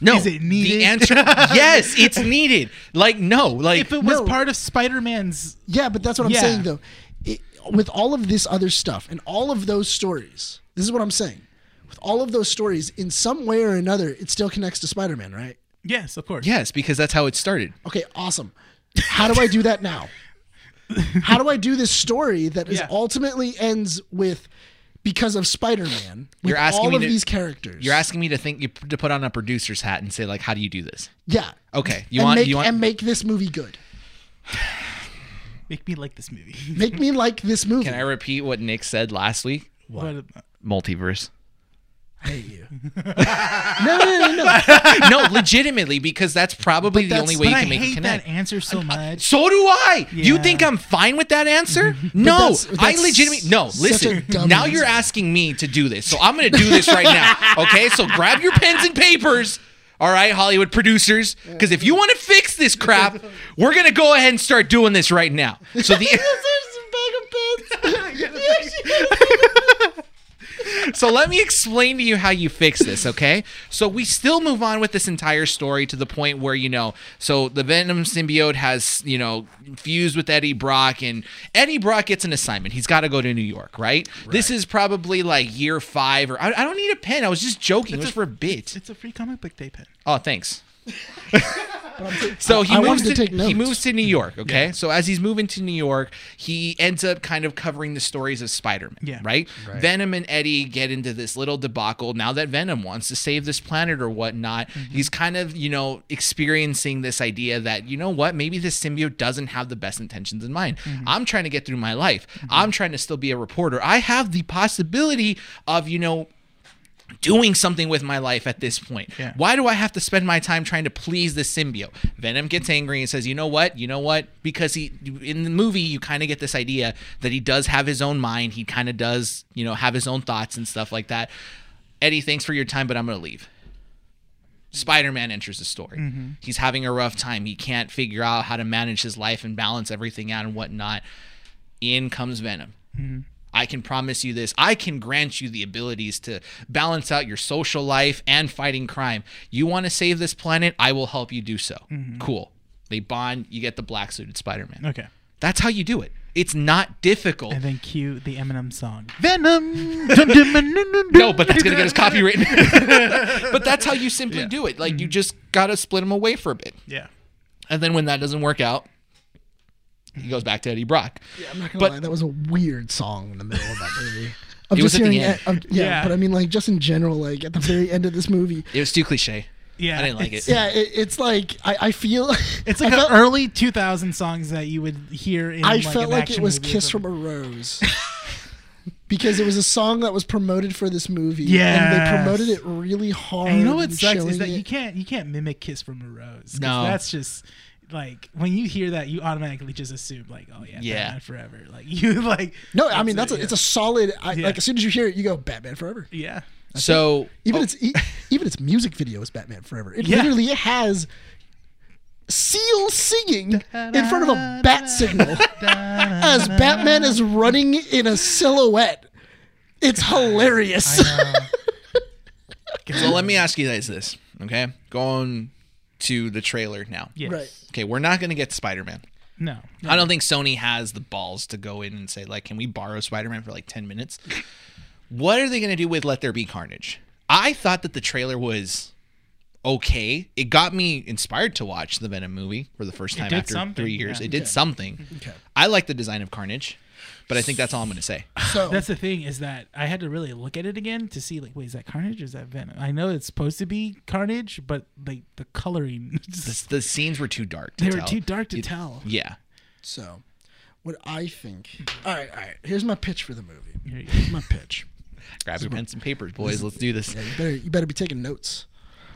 A: No.
C: Is it needed?
A: The answer. yes, it's needed. Like no. Like
C: if it was
B: No.
C: part of Spider-Man's,
B: yeah, but that's what I'm
C: Yeah.
B: saying though. It, with all of this other stuff and all of those stories, this is what I'm saying. With all of those stories, in some way or another, it still connects to Spider-Man, right?
C: yes, of course.
A: yes, because that's how it started.
B: Okay, awesome. How do I do that now? How do I do this story that is
C: Yeah.
B: ultimately ends with because of Spider-Man with
A: You're asking
B: all
A: me
B: of
A: to-
B: these characters?
A: You're asking me to think to put on a producer's hat and say like, how do you do this?
B: yeah.
A: Okay. You
B: and
A: want?
B: make
A: you want?
B: and make this movie good.
C: Make me like this movie.
B: Make me like this movie.
A: can I repeat what Nick said last week?
C: What?
A: Multiverse.
B: I hate you. no, no, no, no, no.
A: no, legitimately, because that's probably the
B: that's-
A: only way
C: But
A: you
C: I
A: can make it
C: hate
A: connect.
C: that answer so much.
A: So do I. You
C: Yeah.
A: think I'm fine with that answer? No,
B: that's- Mm-hmm. but
A: I
B: that's
A: legitimately no.
B: such a
A: Listen,
B: dumb
A: now you're
B: answer.
A: asking me to do this, so I'm gonna do this right now. Okay, so grab your pens and papers. All right, Hollywood producers, because if you want to fix this crap, we're gonna go ahead and start doing this right now. So the so let me explain to you how you fix this, okay? So we still move on with this entire story to the point where you know, so the Venom symbiote has you know fused with Eddie Brock, and Eddie Brock gets an assignment. He's got to go to New York, right? This is probably like year five, or I, I don't need a pen. I was just joking. it was for a bit.
C: It's a free comic book day pen.
A: Oh, thanks. so he
B: I
A: moves
B: wanted
A: to,
B: to take
A: he
B: notes.
A: moves to New York. Okay, so as he's moving to New York, he ends up kind of covering the stories of Spider-Man.
C: Yeah.
A: right? Venom and Eddie get into this little debacle. Now that Venom wants to save this planet or whatnot,
B: Mm-hmm.
A: he's kind of you know experiencing this idea that you know what, maybe this symbiote doesn't have the best intentions in mind.
B: Mm-hmm.
A: I'm trying to get through my life. I'm trying to still be a reporter. I have the possibility of you know doing something with my life at this point.
C: Yeah.
A: Why do I have to spend my time trying to please the symbiote? Venom gets angry and says, "You know what? You know what?" Because he in the movie you kind of get this idea that he does have his own mind. He kind of does, you know, have his own thoughts and stuff like that. Eddie, thanks for your time, but I'm going to leave. Spider-Man enters the story. He's having a rough time. He can't figure out how to manage his life and balance everything out and whatnot. In comes Venom.
C: Mm-hmm.
A: I can promise you this. I can grant you the abilities to balance out your social life and fighting crime. You want to save this planet? I will help you do so. Cool. They bond. You get the black suited Spider Man.
C: Mm-hmm. Okay.
A: That's how you do it. It's not difficult.
C: And then cue the Eminem song.
B: Venom.
A: no, but that's gonna get us copywritten. but that's how you simply
C: Yeah. Mm-hmm.
A: do it. Like you just gotta split them away for a bit,
C: Yeah.
A: and then when that doesn't work out, he goes back to Eddie Brock.
B: I'm not gonna
A: But-
B: lie, that was a weird song in the middle of that movie. Of
A: It was
B: just
A: at the
B: hearing e,
A: end.
B: of- yeah,
C: Yeah.
B: but I mean, like, just in general, like at the very end of this movie,
A: It was too cliche.
C: Yeah.
A: I didn't like
C: it's-
A: it.
B: yeah, it, it's like I, I feel
C: It's
B: I
C: like
B: felt-
C: the early 2000 songs that you would hear in.
B: I
C: like,
B: felt
C: an
B: like it
C: action
B: was
C: movie or
B: "Kiss from
C: something.
B: a Rose" because it was a song that was promoted for this movie. and they
C: Yes.
B: promoted it really hard.
C: And you know what sucks
B: showing
C: is that
B: it-
C: you can't you can't mimic "Kiss from a Rose." 'cause
A: No.
C: that's just like when you hear that, you automatically just assume like, "Oh yeah,
A: Yeah.
C: Batman Forever." Like you like.
B: No, I mean that's
C: it,
B: a, it's a solid. I,
C: Yeah.
B: Like as soon as you hear it, you go Batman Forever.
C: yeah.
A: So
B: Even
A: oh,
B: its e- even its music video is Batman Forever. It
C: Yeah.
B: literally has Seal singing in front of a bat signal as Batman is running in a silhouette. It's hilarious.
A: So let me ask you guys this, okay? Going to the trailer now.
C: Yes.
B: Right.
A: Okay, we're not going to get Spider Man.
C: No.
A: I don't think Sony has the balls to go in and say, like, can we borrow Spider Man for like 10 minutes? what are they going to do with Let There Be Carnage? I thought that the trailer was okay. It got me inspired to watch the Venom movie for the first time
C: did
A: after
C: something,
A: three years.
C: yeah.
A: It did something. I like the design of Carnage, but I think that's all I'm going to say.
B: So
C: That's the thing is that I had to really look at it again to see like, wait, is that Carnage or is that Venom? I know it's supposed to be Carnage, but like the coloring,
A: The, the scenes were too dark. To
C: they were
A: tell.
C: too dark to
A: You-
C: tell.
A: Yeah.
B: so what I think. All right, all right. Here's my pitch for the movie.
C: Here you go.
B: Here's my pitch.
A: Grab your pens and papers, boys. Let's do this.
B: Yeah, you better you better be taking notes.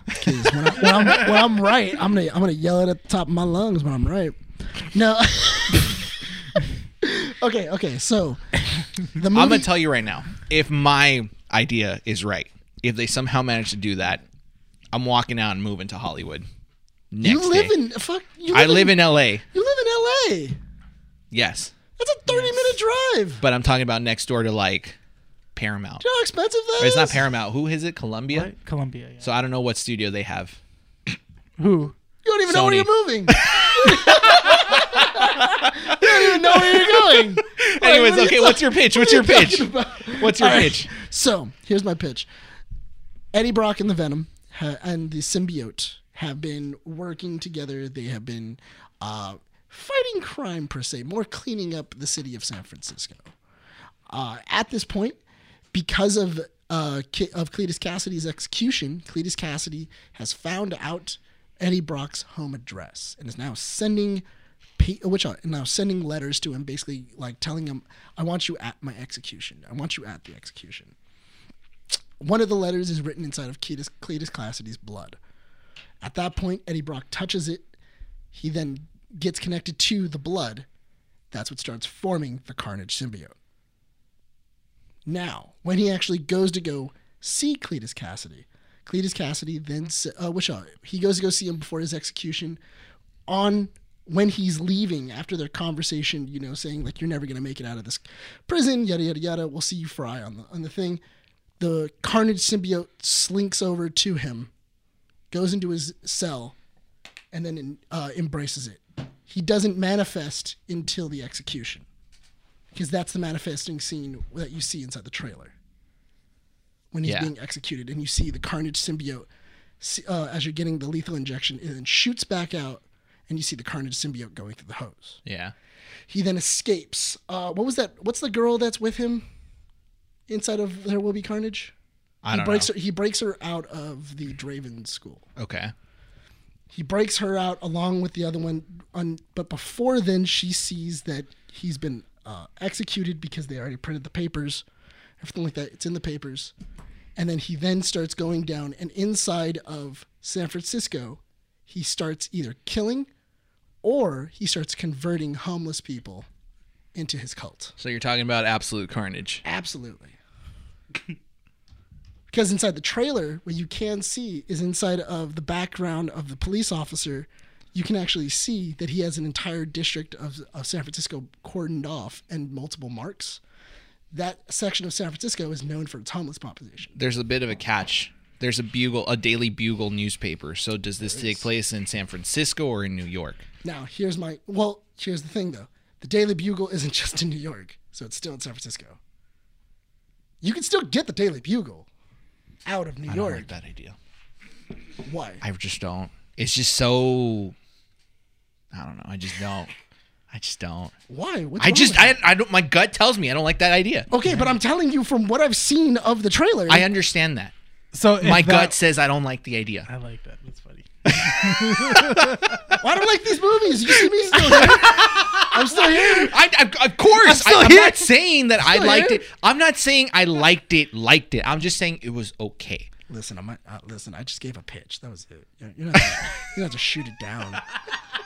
B: 'Cause when, I, when, I'm, when I'm right, I'm gonna I'm gonna yell it at the top of my lungs when I'm right. No. okay, okay. So the movie.
A: I'm gonna tell you right now. If my idea is right, if they somehow manage to do that, I'm walking out and moving to Hollywood. Next
B: you live
A: day.
B: in fuck. You
A: I live
B: live
A: in LA.
B: You live in L.A.
A: Yes,
B: That's a 30 minute drive.
A: but I'm talking about next door to like Paramount.
B: Do you know how expensive that is?
A: It's not Paramount. Who is it? Columbia.
C: Right? Columbia. Yeah.
A: So I don't know what studio they have.
C: Who?
B: You don't even know where
A: Sony.
B: you're moving. you don't even know where you're going.
A: Anyways,
B: what are you
A: okay. What's your pitch? What's your
B: What are you
A: pitch?
B: talking about?
A: What's your
B: All right.
A: pitch?
B: So here's my pitch. Eddie Brock and the Venom ha- and the symbiote have been working together. They have been uh, fighting crime per se, more cleaning up the city of San Francisco. Uh, at this point, because of uh, Ki- of Cletus Cassidy's execution, Cletus Cassidy has found out Eddie Brock's home address and is now sending pe- which are now sending letters to him, basically like telling him, "I want you at my execution. I want you at the execution." One of the letters is written inside of Cletus, Cletus Cassidy's blood. At that point, Eddie Brock touches it. He then gets connected to the blood. That's what starts forming the Carnage symbiote. Now, when he actually goes to go see Cletus Cassidy, Cletus Cassidy then s- uh, Wishaw. He goes to go see him before his execution. On when he's leaving after their conversation, you know, saying like you're never gonna make it out of this prison, yada yada yada. We'll see you fry on the on the thing. The Carnage symbiote slinks over to him, goes into his cell, and then uh, embraces it. He doesn't manifest until the execution, because that's the manifesting scene that you see inside the trailer when he's
A: Yeah.
B: being executed, and you see the Carnage symbiote s- uh, as you're getting the lethal injection, and then shoots back out, and you see the Carnage symbiote going through the hose.
A: Yeah.
B: He then escapes. Uh, what was that? What's the girl that's with him inside of There Will Be Carnage?
A: I
B: He
A: don't
B: breaks
A: know.
B: her. He breaks her out of the Draven school
A: Okay.
B: he breaks her out along with the other one on, but before then she sees that he's been uh, executed because they already printed the papers everything like that it's in the papers and then he then starts going down and inside of san francisco he starts either killing or he starts converting homeless people into his cult
D: So you're talking about absolute carnage.
B: Absolutely. because inside the trailer, what you can see is inside of the background of the police officer, you can actually see that he has an entire district of, of San Francisco cordoned off and multiple marks. That section of San Francisco is known for its homeless population.
A: There's a bit of a catch. There's a bugle, a daily bugle newspaper. So does this take place in San Francisco or in New York?
B: Now, here's my well, here's the thing though. The Daily Bugle isn't just in New York, so it's still in San Francisco. You can still get the Daily Bugle out of New
A: I don't
B: York.
A: like that idea.
B: Why?
A: I just don't. It's just so. I don't know. I just don't. I just don't.
B: Why? What's
A: I
B: wrong
A: just
B: with
A: I, I don't. My gut tells me I don't like that idea.
B: Okay, but I'm telling you from what I've seen of the trailer.
A: I understand that.
C: So if
A: My
C: that-
A: gut says I don't like the idea.
C: I like that. That's funny.
B: I don't like these movies. You see me still here? I'm still here.
A: I, I- of course, I'm, I, am not saying that I
B: still
A: liked
B: here.
A: it. I'm not saying I liked it. Liked it. I'm just saying it was okay.
B: Listen, I'm uh, listen. I just gave a pitch. That was it. You're, you're not. You don't have to shoot it down. You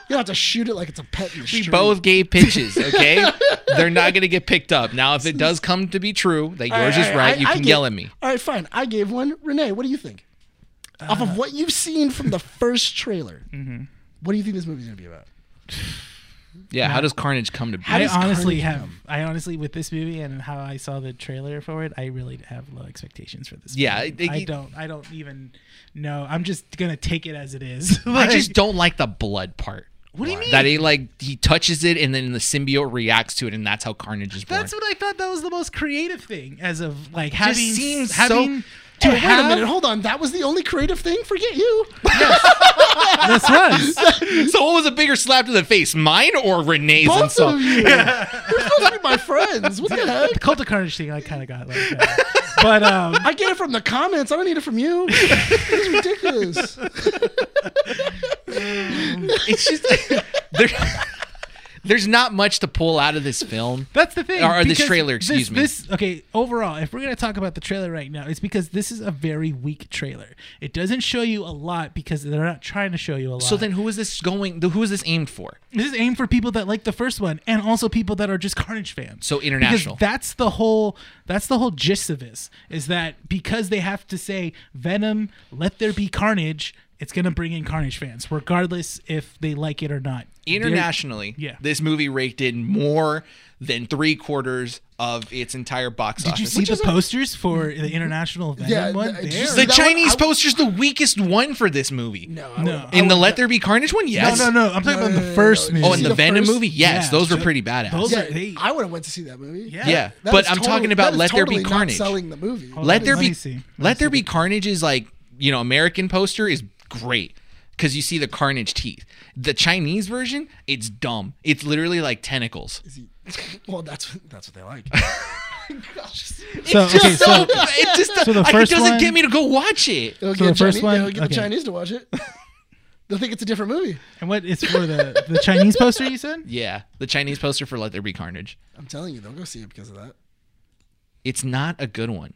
B: don't have to shoot it like it's a pet in the
A: We
B: street.
A: both gave pitches. Okay, they're not gonna get picked up. Now, if it does come to be true that
B: All
A: yours is
B: all
A: right, you
B: I- I
A: can
B: gave-
A: yell at me.
B: All right, fine. I gave one. Renee, what do you think? Off
A: Uh,
B: of what you've seen from the first trailer, what do you think this movie's gonna be about?
A: Yeah. How does Carnage come to be?
C: I
B: does
C: honestly
B: Carnage
C: have. I honestly, with this movie and how I saw the trailer for it, I really have low expectations for this.
A: Yeah,
C: movie.
A: I-
C: I,
A: I-
C: don't. I don't even know. I'm just gonna take it as it is.
A: I
C: Like,
A: just don't like the blood part.
C: What do you mean?
A: That he like he touches it and then the symbiote reacts to it and that's how Carnage is born.
C: That's what I thought. That was the most creative thing, as of like
A: It
C: having
A: just seems
C: having.
A: so.
B: Oh, wait
C: have-
B: a minute. Hold on. That was the only creative thing. Forget you.
C: This was.
A: So what was a bigger slap to the face, mine or Renee's
B: Both
A: insult?
B: of you. You're supposed to be my friends. What the heck?
C: the cult of carnage thing I kind of got like that. but um
B: I get it from the comments. I don't need it from you. It's ridiculous.
A: It's just there, there's not much to pull out of this film.
C: that's the thing
A: Or this
C: because
A: trailer, excuse
C: this,
A: me.
C: this okay overall if we're gonna talk about the trailer right now it's because this is a very weak trailer it doesn't show you a lot because they're not trying to show you a lot
A: So then who is this going who is this aimed for?
C: this is aimed for people that like the first one and also people that are just carnage fans
A: So international.
C: because that's the whole that's the whole gist of this is that because they have to say venom let there be carnage it's gonna bring in carnage fans regardless if they like it or not They're-
D: Internationally,
C: Yeah.
D: this movie raked in more than three quarters of its entire box
C: Did you
D: office.
C: see the posters for the international Venom
B: Yeah,
C: one?
B: th- did you
C: They're-
B: see
A: The
B: that one-
A: Chinese
B: I-
A: poster's the weakest one for this movie.
B: No, I
C: No.
B: would-
A: In the Let There Be Carnage one?
C: no,
A: Yes.
C: no, no. I'm talking about the first movie.
A: Oh, in
B: See
A: the,
B: the
A: Venom
B: first-
A: movie? Yes,
C: Yeah.
A: those were
C: So-
A: pretty badass.
C: those
B: yeah,
C: are- they-
B: I would have went to see that movie.
C: Yeah.
A: yeah,
B: That
A: but
B: is
A: I'm
B: totally-
A: talking about
B: that is
A: Let
B: totally
A: There Be
B: not
A: Carnage.
B: selling the movie.
C: Hold
A: let
C: on,
A: there
C: let
A: be
C: me see. Let me
A: let there be carnage is like you know american poster is great because you see the carnage teeth the chinese version it's dumb it's literally like tentacles
B: well, that's that's what they like. Gosh.
C: So,
A: It's just
C: okay, so-
A: so, it just
C: so the
A: I-
C: first
A: it doesn't
C: one-
A: get me to go watch it
B: They'll
C: So
B: get
C: the first
B: Chinese,
C: one-
B: they'll get
C: okay.
B: the Chinese to watch it. They'll think it's a different movie.
C: and what is for the the Chinese poster you said?
A: yeah the chinese poster for let there be carnage
B: I'm telling you, they'll go see it because of that.
A: it's not a good one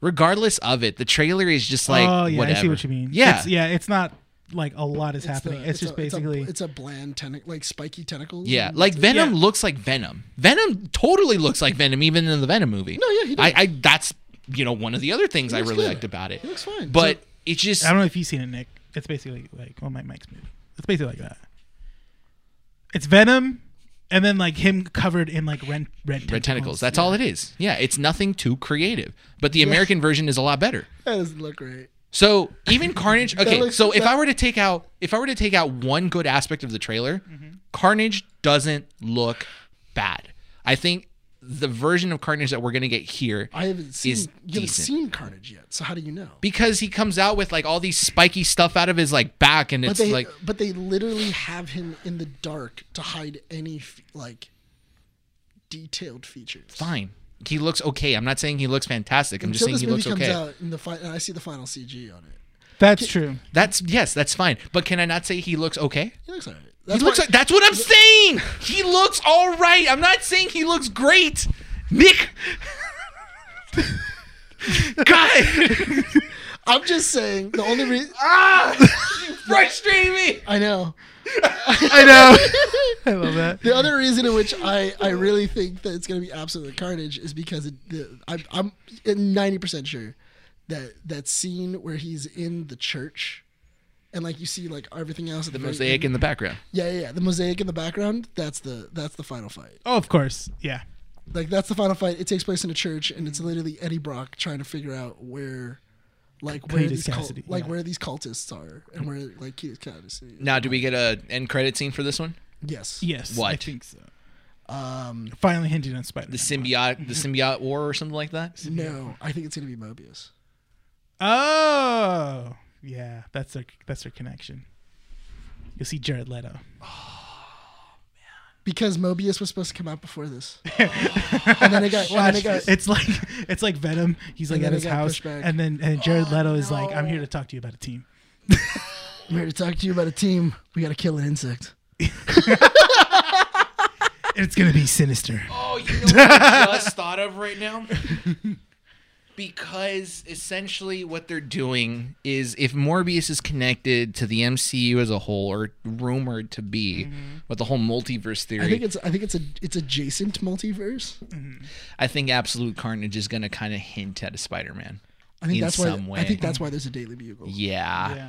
A: regardless of it the trailer is just like
C: oh yeah,
A: whatever.
C: I see what you mean.
A: yeah
C: it's, yeah. It's not like a lot is happening.
B: the-
C: it's, just
B: a-
C: basically
B: it's a, it's a bland tentac like spiky tentacles.
A: Yeah,
B: and-
A: like Venom
C: Yeah.
A: looks like Venom. Venom totally looks like Venom, even in the Venom movie.
B: No, yeah, he does.
A: I, I that's you know, one of the other things I
B: looks
A: really
B: good.
A: liked about it.
B: He looks fine.
A: But it's just
C: I don't know if you've seen it, Nick. It's basically like, oh, my mic's moving. It's basically like that. It's Venom, and then like him covered in like red red tentacles.
A: red tentacles. That's all it is. Yeah, it's nothing too creative. But the American version is a lot better.
B: that doesn't look right.
A: So even Carnage. Okay,
B: looks-
A: so if
B: that-
A: I were to take out if I were to take out one good aspect of the trailer,
B: Mm-hmm.
A: Carnage doesn't look bad. I think the version of Carnage that we're gonna get here
B: I haven't seen.
A: Is
B: You haven't
A: decent.
B: seen Carnage yet, so how do you know?
A: because he comes out with like all these spiky stuff out of his like back, and
B: But
A: it's
B: they,
A: like
B: but they literally have him in the dark to hide any f- like detailed features.
A: fine. He looks okay. I'm not saying he looks fantastic. I'm just
B: Until
A: saying
B: this
A: he
B: movie
A: looks
B: comes
A: okay.
B: out in the fi- and I see the final CG on it.
C: That's true.
A: That's yes, that's fine. But can I not say he looks okay?
B: He looks alright.
A: He
B: That's
A: looks
B: why-
A: like that's what I'm saying. He looks all right. I'm not saying he looks great. Nick God
B: I'm just saying the only reason
A: ah, you frustrate me.
B: I know
C: I know. I love that.
B: the other reason in which I, I really think that it's going to be absolutely carnage is because it, the, I, I'm ninety percent sure that that scene where he's in the church and like you see like everything else at the, very
A: Mosaic
B: end-
A: in the background.
B: yeah, yeah yeah the mosaic in the background that's the that's the final fight
C: Oh, of course. Yeah.
B: like that's the final fight it takes place in a church and it's literally Eddie Brock trying to figure out where like where
C: Cletus
B: these cult,
C: Cassidy,
B: like
C: yeah.
B: where these cultists are and where like Cletus Cassidy
A: Now do we get a end credit scene for this one?
B: yes
C: Yes. I
A: What?
C: think so.
B: um
C: Finally hinting on Spider.
A: The symbiote the symbiote war or something like that?
B: No, I think it's gonna be Mobius.
C: Oh, yeah. That's their that's their connection. You'll see Jared Leto.
B: Oh, Because Mobius was supposed to come out before this. and then it got, and then it got
C: It's like it's like Venom. He's like
B: And
C: at
B: then
C: his
B: it got
C: house,
B: pushed back.
C: and then and Jared Leto is like, "I'm here to talk to you about a team."
B: I'm here to talk to you about a team. We gotta kill an insect.
C: It's gonna be sinister.
A: Oh, you know what I just thought of right now? Because essentially what they're doing is if Morbius is connected to the MCU as a whole or rumored to be with the whole multiverse theory,
B: I think it's I think it's a it's adjacent multiverse.
A: Absolute Carnage is going to kind of hint at a Spider-Man.
B: I think
A: In
B: that's why
A: some
B: I
A: way.
B: think that's why there's a Daily Bugle.
A: Yeah.
C: Yeah,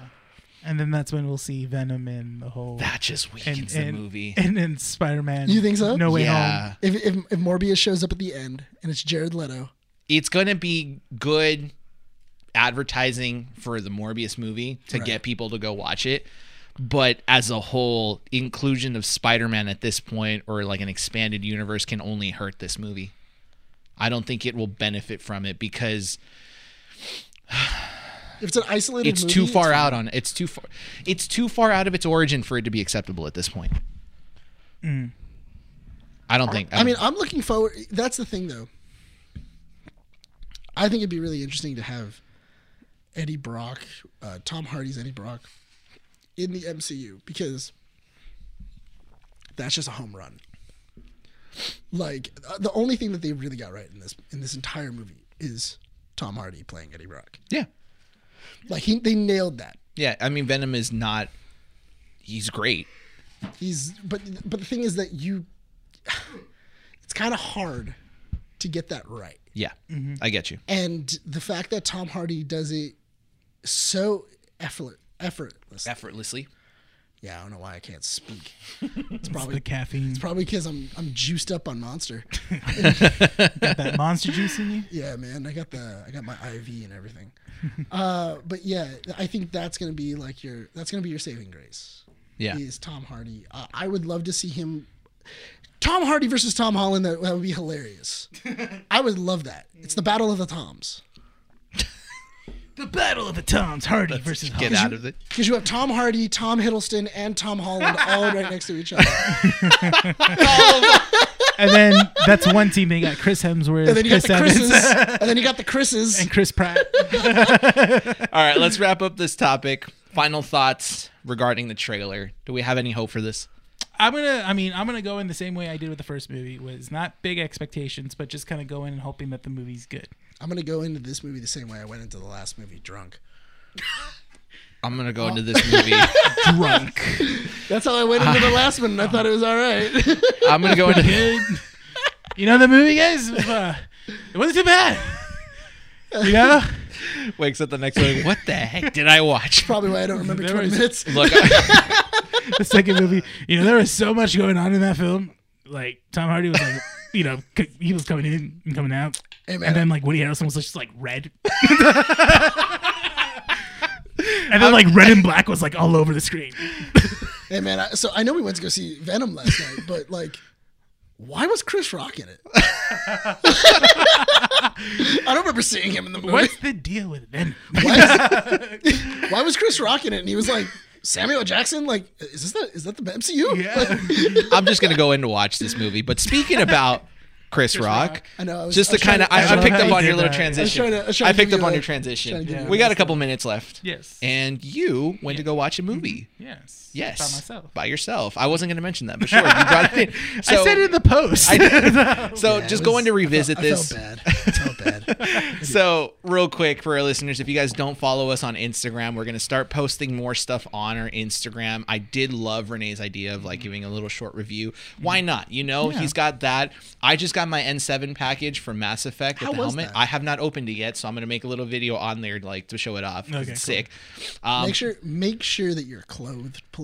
C: and then that's when we'll see Venom in the whole
A: That just
C: and,
A: weakens
C: and
A: the movie.
C: and then Spider Man.
B: You think so?
C: No way
A: yeah.
C: home.
B: If, if if Morbius shows up at the end and it's Jared Leto,
A: It's going to be good advertising for the Morbius movie to get people to go watch it. But as a whole, inclusion of Spider-Man at this point or like an expanded universe can only hurt this movie. I don't think it will benefit from it because
B: if it's an isolated
A: it's
B: movie,
A: too far
B: fine.
A: out on it's too far it's too far out of its origin for it to be acceptable at this point. Mm. I don't think.
B: I mean,
A: don't-
B: I'm looking forward. That's the thing, though. I think it'd be really interesting to have Eddie Brock, uh, Tom Hardy's Eddie Brock, in the MCU because that's just a home run. Like uh, the only thing that they really got right in this in this entire movie is Tom Hardy playing Eddie Brock.
A: yeah.
B: Like he, they nailed that.
A: Yeah, I mean Venom is not he's great.
B: He's but but the thing is that you, it's kind of hard to get that right.
A: Yeah. I get you.
B: and the fact that Tom Hardy does it so effort effortless.
A: Effortlessly.
B: yeah, I don't know why I can't speak. It's
C: The
B: probably
C: caffeine,
B: probably because I'm I'm juiced up on Monster.
C: that monster juice in you.
B: yeah, man, I got the I got my IV and everything. uh, but yeah, I think that's gonna be like your that's gonna be your saving grace.
A: Yeah.
B: is Tom Hardy. Uh, I would love to see him. Tom Hardy versus Tom Holland. That, that would be hilarious. I would love that. It's the battle of the Toms.
C: The Battle of the Toms, Hardy versus
A: Get
C: Hulk.
A: out of it.
B: Because you have Tom Hardy, Tom Hiddleston, and Tom Holland all right next to each other.
C: And then that's one team. They got Chris Hemsworth,
B: And then you got
C: Chris
B: the
C: Evans,
B: Chris's. and then you got the Chris's.
C: and Chris Pratt.
A: All right, let's wrap up this topic. Final thoughts regarding the trailer. Do we have any hope for this?
C: I'm gonna. I mean, I'm gonna go in the same way I did with the first movie. Was not big expectations, but just kind of go in and hoping that the movie's good.
B: I'm going to go into this movie the same way I went into the last movie, drunk.
A: I'm going to go into this movie drunk.
B: That's how I went into the last one. and I thought it was all right.
A: I'm going to go into
C: You know the movie, guys. Uh, it wasn't too bad. You know?
A: Wakes up the next morning. What the heck did I watch?
B: Probably why I don't remember
C: There
B: 20
C: was-
B: minutes.
A: Look, I,
C: the second movie. You know, there was so much going on in that film. Like Tom Hardy was like, you know, c- he was coming in and coming out,
B: Hey, man.
C: and then like Woody Harrelson was just like red. And then, like red and black was like all over the screen.
B: Hey man, I, so I know we went to go see Venom last night, but like, why was Chris Rock in it? I don't remember seeing him in the movie.
C: What's the deal with them?
B: Why, is- why was Chris Rock in it? And he was like Samuel Jackson. Like, is this the is that the MCU?
C: Yeah.
A: I'm just gonna go in to watch this movie. But speaking about Chris, Rock,
B: I know. I was,
A: just
B: I
A: the
B: was trying
A: kind of
B: to-
A: I,
C: I
A: I picked
C: love
A: up
C: how
A: on
C: you
A: your
C: did
A: little
C: that. I was
A: transition.
B: trying to- I
A: I,
B: was trying to
A: picked
B: give
A: up
B: you
A: on
B: a-
A: your
B: trying
A: transition.
B: to give you
A: We got a couple minutes left.
C: Yes.
A: And you went to go watch a movie.
C: Mm-hmm. yes.
A: Yes.
C: By myself.
A: By yourself. I wasn't going to mention that, but sure, you brought it in. So,
C: I said it in the post.
A: so
B: Yeah, it
A: just
B: was-
A: going to
B: I felt-
A: revisit this.
B: I felt bad. I felt bad.
A: So, real quick for our listeners, if you guys don't follow us on Instagram, we're going to start posting more stuff on our Instagram. I did love Renee's idea of like
C: Mm-hmm.
A: giving a little short review. Why not? You know, he's got that. I just got my N7 package from Mass Effect with
B: How
A: the
B: was
A: helmet.
B: that?
A: I have not opened it yet, so I'm going to make a little video on there like to show it off. 'cause
C: Okay,
A: it's
C: cool.
A: sick. Um,
B: Make sure make sure that you're clothed, please.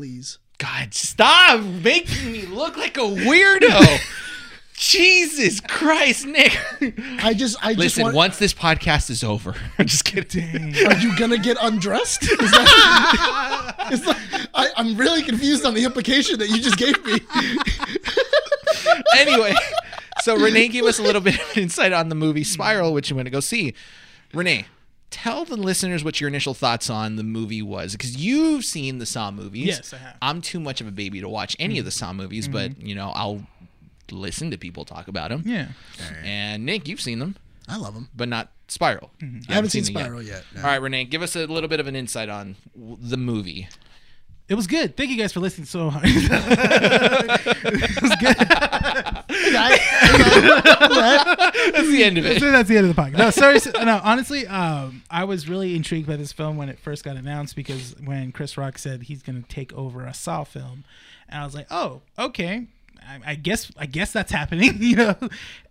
A: God, stop making me look like a weirdo. Jesus Christ, Nick.
B: I just I just
A: Listen,
B: want.
A: once this podcast is over, I'm just kidding.
C: Dang.
B: Are you gonna get undressed? Is that- it's like, I, I'm really confused on the implication that you just gave me.
A: anyway, so Renee gave us a little bit of insight on the movie Spiral, which you want to go see. Renee, tell the listeners what your initial thoughts on the movie was, because you've seen the Saw movies.
C: Yes, I have. Mm-hmm.
A: I'm too much of a baby to watch any of the Saw movies, but you know I'll listen to people talk about them.
C: Yeah.
A: And Nick, you've seen them,
B: I love them.
A: but not Spiral. You
B: Mm-hmm. I haven't seen,
A: it yet.
B: Spiral yet. no.
A: All right, Renee, give us a little bit of an insight on w- the movie.
C: It was good. Thank you guys for listening so hard. it was good.
A: That's the end of it.
C: So that's the end of the podcast. No, sorry. so- No, honestly, um, I was really intrigued by this film when it first got announced because when Chris Rock said he's going to take over a Saw film, and I was like, oh, okay. I, I guess I guess that's happening, you know.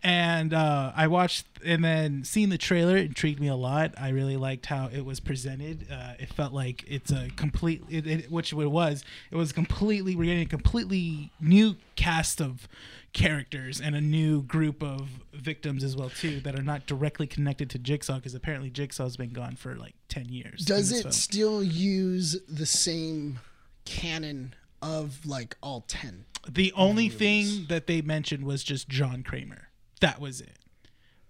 C: And uh, I watched and then seeing the trailer intrigued me a lot. I really liked how it was presented. Uh, it felt like it's a complete, it, it, which it was. It was completely we're getting a completely new cast of characters and a new group of victims as well too that are not directly connected to Jigsaw because apparently Jigsaw's been gone for like ten years. in
B: Does
C: this
B: it
C: film.
B: still use the same canon of like all ten?
C: The only thing that they mentioned was just John Kramer. That was it.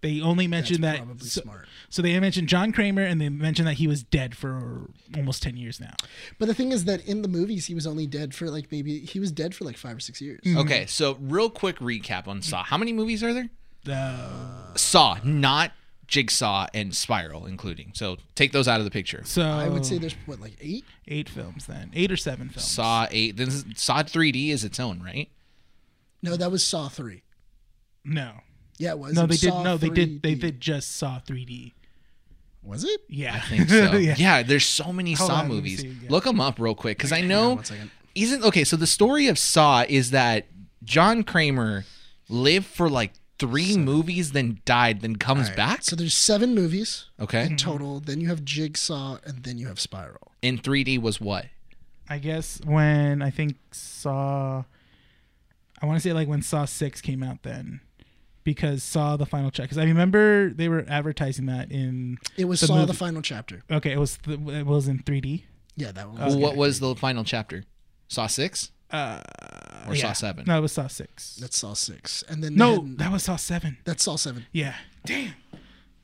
C: They only mentioned
B: That's
C: that.
B: probably
C: So,
B: smart.
C: so they mentioned John Kramer, and they mentioned that he was dead for almost ten years now.
B: But the thing is that in the movies, he was only dead for like maybe he was dead for like five or six years.
C: Mm.
A: Okay, so real quick recap on Saw. How many movies are there?
C: Uh,
A: Saw, not Jigsaw and Spiral, including. So take those out of the picture.
C: so
B: I would
C: Oh.
B: say there's what like eight.
C: eight films then, eight or seven films.
A: Saw eight. This is, Saw 3D is its own, right?
B: No, that was Saw three.
C: no,
B: Yeah, it was.
C: no,
B: It
C: they
B: was
C: did.
B: Saw
C: No, they did. They
B: 3D.
C: did just Saw 3D.
B: Was it?
C: Yeah,
A: I think so. yeah.
C: yeah.
A: there's so many
C: Hold
A: Saw
C: on, let me
A: movies.
C: see, yeah.
A: Look them up real quick because I know.
B: one second.
A: Isn't okay. So the story of Saw is that John Kramer lived for like three movies, then died, then comes back.
B: So there's seven movies
C: Mm-hmm.
A: okay,
C: Mhm.
B: total. Then you have Jigsaw, and then you have Spiral.
A: and 3D was what?
C: I guess when I think Saw, I want to say like when Saw Six came out then, because Saw the Final Check. Because I remember they were advertising that in.
B: It was
C: The
B: Saw
C: movie-
B: the final chapter.
C: Okay, it was th- it was in 3D.
B: Yeah, that one.
A: Well,
B: Was
A: what was the final chapter? Saw six
C: Uh,
A: or Saw
C: yeah.
A: seven?
C: No, it was Saw Six.
B: That's Saw six, and then
C: No,
B: then-
C: that was Saw Seven.
B: that's Saw seven.
C: Yeah. Damn.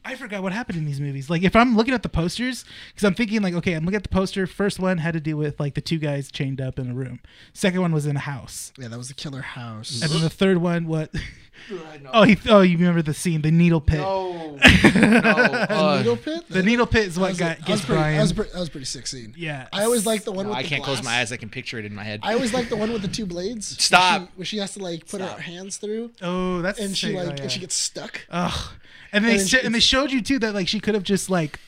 C: I forgot what happened in these movies. Like, if I'm looking at the posters, because I'm thinking, like, okay, I'm looking at the poster. First one had to do with, like, the two guys chained up in a room. Second one was in a house.
B: Yeah, that was the Killer House.
C: And then the third one, what? oh, he, oh, you remember the scene, the needle pit. Oh,
A: No. Uh,
B: Needle Pit.
C: The needle pit is
B: That
C: what
B: was-
C: got,
B: that was
C: gets
B: pretty,
C: Brian.
B: That was, pre- that was pretty sick scene.
C: Yeah.
B: I always like the one.
A: no,
B: with
A: I
B: the
A: can't close
B: glass.
A: my eyes. I can picture it in my head.
B: I always like the one with the two blades.
A: Stop.
B: Where she, where she has to like put her hands through,
C: oh, that's
B: and she
C: sick.
B: like
C: oh, yeah.
B: and she gets stuck.
C: Ugh. And they
B: And
C: sho-
B: it's-
C: and they showed you too that like she could have just like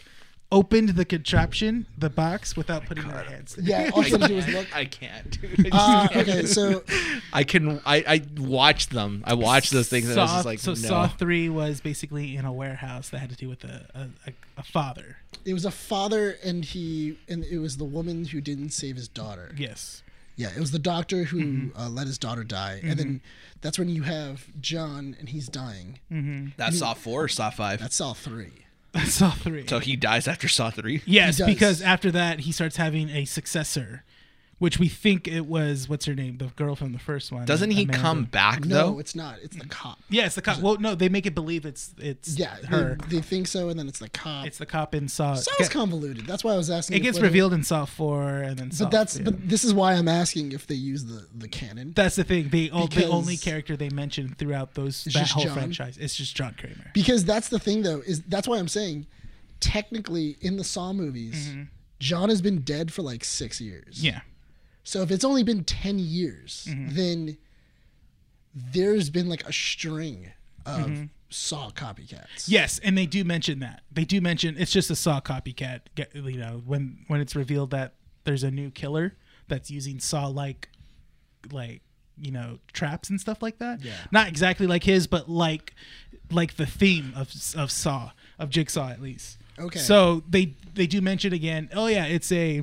C: opened the contraption, the box, without putting their hands. in.
B: Yeah, all she had to do was look.
A: I can't, dude.
B: Uh, okay, so
A: I can. I I watched them. I watched those things, and I was
C: Saw-
A: just like,
C: so
A: no.
C: Saw Three was basically in a warehouse that had to do with a a, a, a father.
B: it was a father, and he, and it was the woman who didn't save his daughter.
C: Yes.
B: Yeah, it was the doctor who
C: Mm-hmm.
B: uh, let his daughter die, and then that's when you have John, and he's dying.
C: Mm.
A: That's Saw four or Saw five.
B: That's all three.
C: Saw Three.
A: so he dies after Saw three.
C: yes,
B: He does.
C: because after that he starts having a successor, which we think it was what's her name, the girl from the first one.
A: Doesn't he
C: Amanda.
A: come back
B: No,
A: though?
B: it's not. It's the cop.
C: Yes, the cop. Well, no, they make it believe it's it's
B: Yeah,
C: her.
B: They, they think so, and then it's the cop.
C: it's the cop in Saw.
B: Sounds convoluted. That's why I was asking.
C: it
B: if
C: gets
B: whether-
C: revealed in Saw Four, and then Saw.
B: But that's
C: yeah.
B: but this is why I'm asking if they use the the canon.
C: That's the thing. The, o- the
B: Because-
C: only character they mentioned throughout those that
B: just
C: whole
B: John.
C: franchise it's just John Kramer.
B: because that's the thing though is that's why I'm saying technically in the Saw movies John has been dead for like 6 years.
C: Mm-hmm. Yeah. Mm-hmm.
B: So if it's only been 10 years then there's been like a string of
C: Mm-hmm.
B: Saw copycats.
C: Yes, and they do mention that. They do mention it's just a Saw copycat. get- You know, when when it's revealed that there's a new killer that's using Saw like, like you know, traps and stuff like that.
B: Yeah.
C: Not exactly like his, but like, like the theme of of Saw of Jigsaw at least.
B: Okay.
C: So they they do mention again. Oh yeah, it's a.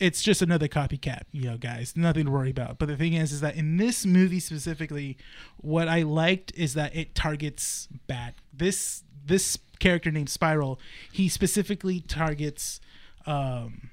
C: It's just another copycat, you know, guys. Nothing to worry about. But the thing is, is that in this movie specifically, what I liked is that it targets bad. This this character named Spiral, he specifically targets um,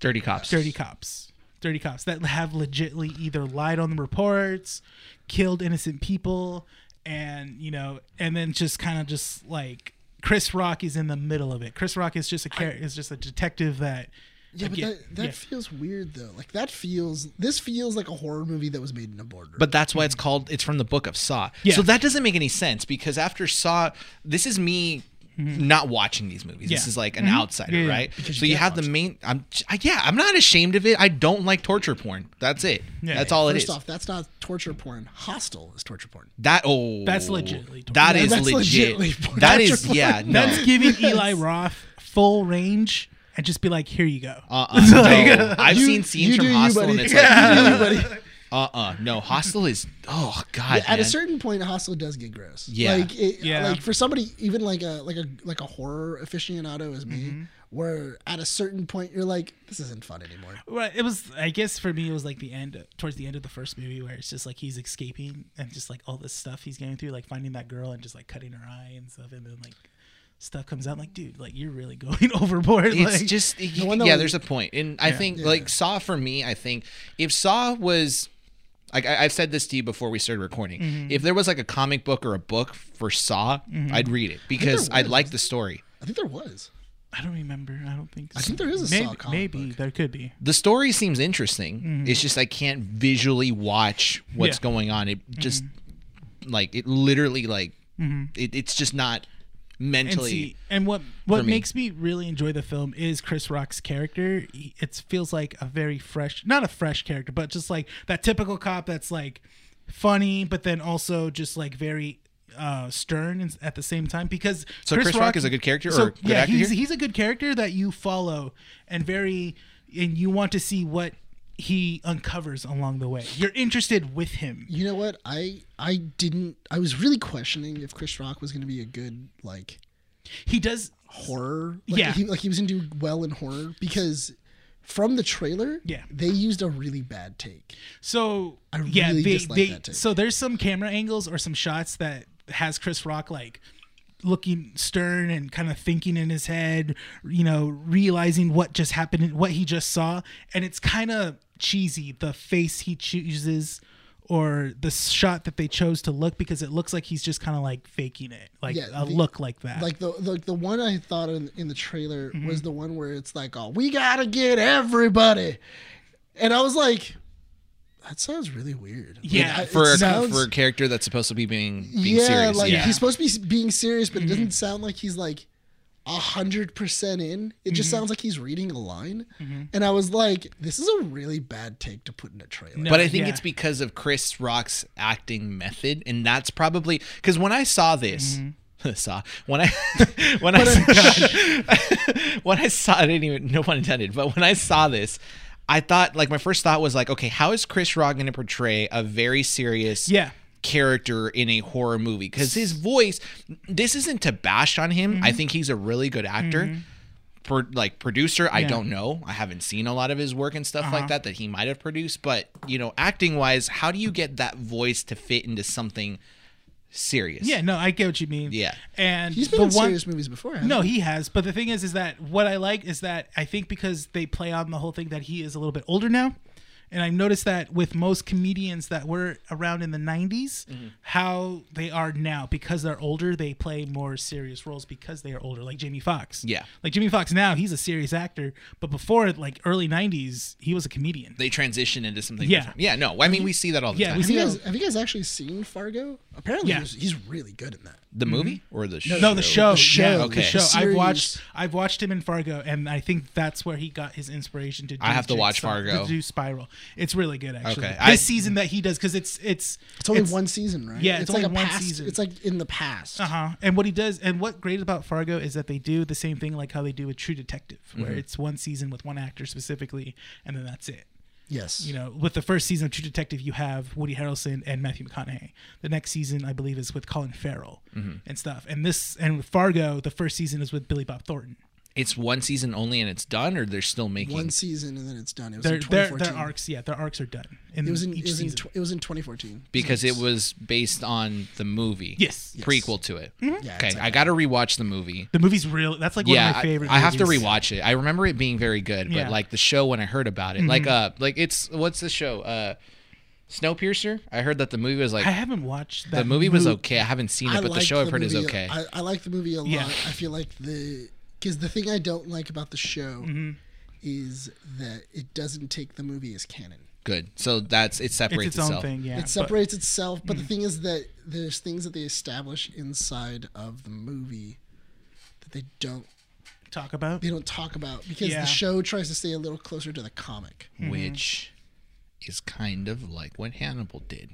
A: Dirty cops.
C: dirty cops, dirty cops that have legitly either lied on the reports, killed innocent people, and you know, and then just kind of just like Chris Rock is in the middle of it. Chris Rock is just a char- is just a detective that.
B: Yeah, but
C: again-
B: that, that
C: yeah.
B: feels weird though. Like that feels this feels like a horror movie that was made in a boardroom.
A: But that's why it's called. It's from the book of Saw.
C: Yeah.
A: So that doesn't make any sense because after Saw, this is me not watching these movies. This
C: Mm-hmm. Yeah. Mm-hmm.
A: is like an outsider,
C: Yeah, yeah.
A: right? so you, have the main. I'm. I, yeah, I'm not ashamed of it. I don't like torture porn. That's it.
C: Yeah.
A: that's all
B: First
A: it is.
B: off, that's not torture porn. Hostile is torture porn.
A: that oh,
C: That's legitly torture.
A: That is
B: That's
A: legit.
B: legitly porn.
A: That
B: Torture
A: is yeah. No.
C: That's giving Eli Roth full range and just be like, here you go.
A: uh-uh, no. I've
B: You-
A: seen scenes
B: you
A: from
B: do you,
A: Hostel, and
B: buddy.
A: it's like, uh, uh no, Hostel is, oh god,
B: At a
A: man.
B: certain point, Hostel does get gross.
A: Yeah.
B: like it,
C: Yeah.
B: like for somebody even like a like a like a horror aficionado as me,
C: Mm-hmm.
B: where at a certain point you're like, this isn't fun anymore.
C: Well, it was. I guess for me, it was like the end, towards the end of the first movie, where it's just like he's escaping and just like all this stuff he's going through, like finding that girl and just like cutting her eye and stuff, and then like stuff comes out. like, dude, like you're really going overboard.
A: It's
C: like,
A: just
B: one that
A: yeah.
B: we-
A: There's a point, and I think
B: Yeah.
A: like Saw for me, I think if Saw was like I, I've said this to you before we started recording,
B: Mm-hmm.
A: if there was like a comic book or a book for Saw, I'd read it because I
B: was.
A: like the story.
B: I think there was.
C: I don't remember. I don't think. So.
B: I think there is a
C: maybe,
B: Saw comic
C: maybe
B: book.
C: there could be.
A: The story seems interesting.
B: Mm-hmm.
A: It's just I can't visually watch what's
C: Yeah.
A: going on. It
B: Mm-hmm.
A: just like it literally like it, it's just not
C: and
A: mentally.
C: see, and what what
A: me.
C: makes me really enjoy the film is Chris Rock's character. He- It feels like a very fresh, not a fresh character, but just like that typical cop that's like funny, but then also just like very uh stern and- at the same time because
A: So Chris Rock is a good character or a good
C: yeah
A: actor
C: he's,
A: here?
C: he's a good character that you follow and very and you want to see what he uncovers along the way you're interested with him
B: You know what? I I didn't. I was really questioning if Chris Rock was going to be a good like
C: he does
B: horror. Like,
C: Yeah.
B: he, like he was going to do well in horror because from the trailer,
C: Yeah.
B: they used a really bad take.
C: So
B: I
C: yeah,
B: really
C: they,
B: dislike
C: they,
B: that take.
C: so there's some camera angles or some shots that has Chris Rock like looking stern and kind of thinking in his head, you know, realizing what just happened, what he just saw, and it's kind of cheesy the face he chooses or the shot that they chose to look because it looks like he's just kind of like faking it, like
B: Yeah,
C: a
B: the-
C: look like that.
B: Like the the, the one I thought in, in the trailer
C: Mm-hmm.
B: was the one where it's like, oh, we gotta get everybody, and I was like, that sounds really weird. Like,
C: Yeah,
B: I- it
A: for a,
B: sounds-
A: for a character that's supposed to be being, being
B: yeah,
A: serious,
B: like
A: yeah.
B: he's supposed to be being serious, but it
C: Mm-hmm.
B: doesn't sound like he's like a hundred percent in. It just
C: Mm-hmm.
B: sounds like he's reading a line, and I was like, this is a really bad take to put in a trailer.
C: No.
A: But I think
C: yeah.
A: it's because of Chris Rock's acting method, and that's probably because when I saw this,
C: Mm-hmm.
A: saw when I when I saw, when I saw I didn't even no pun intended, but when I saw this, I thought like my first thought was like, okay, how is Chris Rock going to portray a very serious
C: Yeah.
A: character in a horror movie? Because his voice, this isn't to bash on him.
C: Mm-hmm.
A: I think he's a really good actor. Pro, like producer, I
C: Yeah. Uh-huh.
A: don't know. I haven't seen a lot of his work and stuff like that that he might have produced. But you know, acting wise, how do you get that voice to fit into something serious?
C: Yeah, no, I get what you mean.
A: Yeah.
C: and
B: He's been
C: the
B: in
C: one,
B: serious movies before. hasn't
C: No,
B: he?
C: he has. But the thing is, is that what I like is that I think because they play on the whole thing that he is a little bit older now. And I've noticed that with most comedians that were around in the 90s, how they are now. Because they're older, they play more serious roles because they are older, like Jamie Foxx.
A: Yeah.
C: Like Jamie Foxx now, he's a serious actor. But before, like early 90s, he was a comedian.
A: they transition into something
C: Yeah. Mhm.
A: different. Yeah, no. I mean, we see that all the
C: Yeah,
A: time.
C: we
B: Have you,
C: No.
B: guys, have you guys actually seen Fargo? Apparently,
C: Yeah.
B: he's, he's really good in that.
A: the movie or the show?
C: Mhm. No, the show.
B: The show,
C: yeah,
A: okay.
C: The show.
B: the
C: I've watched.
B: series.
C: I've watched him in Fargo, and I think that's where he got his inspiration to. Do
A: I have to watch
C: Jigsaw-
A: Fargo.
C: to do Spiral. It's really good, actually.
A: Okay,
C: This
A: I-
C: season that he does because it's it's
B: It's only one season, right?
C: yeah, it's
B: like
C: only
B: a
C: one
B: past,
C: season.
B: It's like in the past.
C: Uh huh. And what he does, and what great about Fargo is that they do the same thing like how they do with True Detective, where
A: Mm-hmm.
C: it's one season with one actor specifically, and then that's it.
B: Yes.
C: You know, with the first season of True Detective, you have Woody Harrelson and Matthew McConaughey. The next season, I believe, is with Colin Farrell
A: Mm-hmm.
C: and stuff. And this and with Fargo, the first season is with Billy Bob Thornton.
A: It's one season only, and it's done, or they're still making.
B: one season and then it's done. It was
C: Their,
B: in
C: their,
B: 2014.
C: their arcs, yeah, their arcs are done. In
B: it was in, it
C: each
B: was in,
C: season.
B: tw- it was in 2014.
A: because it was based on the movie.
C: Yes. Mm-hmm. Yes.
A: Prequel to it.
B: Yeah,
A: okay,
B: it's like
A: I got to rewatch the movie.
C: the movie's real. That's like
A: Yeah,
C: one of my
A: I-
C: favorite.
A: I, have to
C: movies.
A: rewatch it. I remember it being very good, but
C: Yeah. Mm-hmm.
A: like the show when I heard about it, like uh, like it's what's the show? Uh, Snowpiercer. I heard that the movie was like
C: I haven't watched that
A: the movie was
C: mo-
A: okay. I haven't seen it, but the
B: liked
A: show I've heard is
B: movie-
A: okay.
B: I, I like the movie a lot.
C: Yeah.
B: I feel like the because the thing I don't like about the show
C: Mm-hmm.
B: is that it doesn't take the movie as canon.
A: good. So that's it
C: It's
A: separates
C: its own
A: itself.
C: thing. Yeah,
B: it
C: but- Mm-hmm.
B: separates itself, but the thing is that there's things that they establish inside of the movie that they don't
C: talk about.
B: they don't talk about because
C: Yeah.
B: the show tries to stay a little closer to the comic.
C: Mm-hmm.
A: which is kind of like what Hannibal did.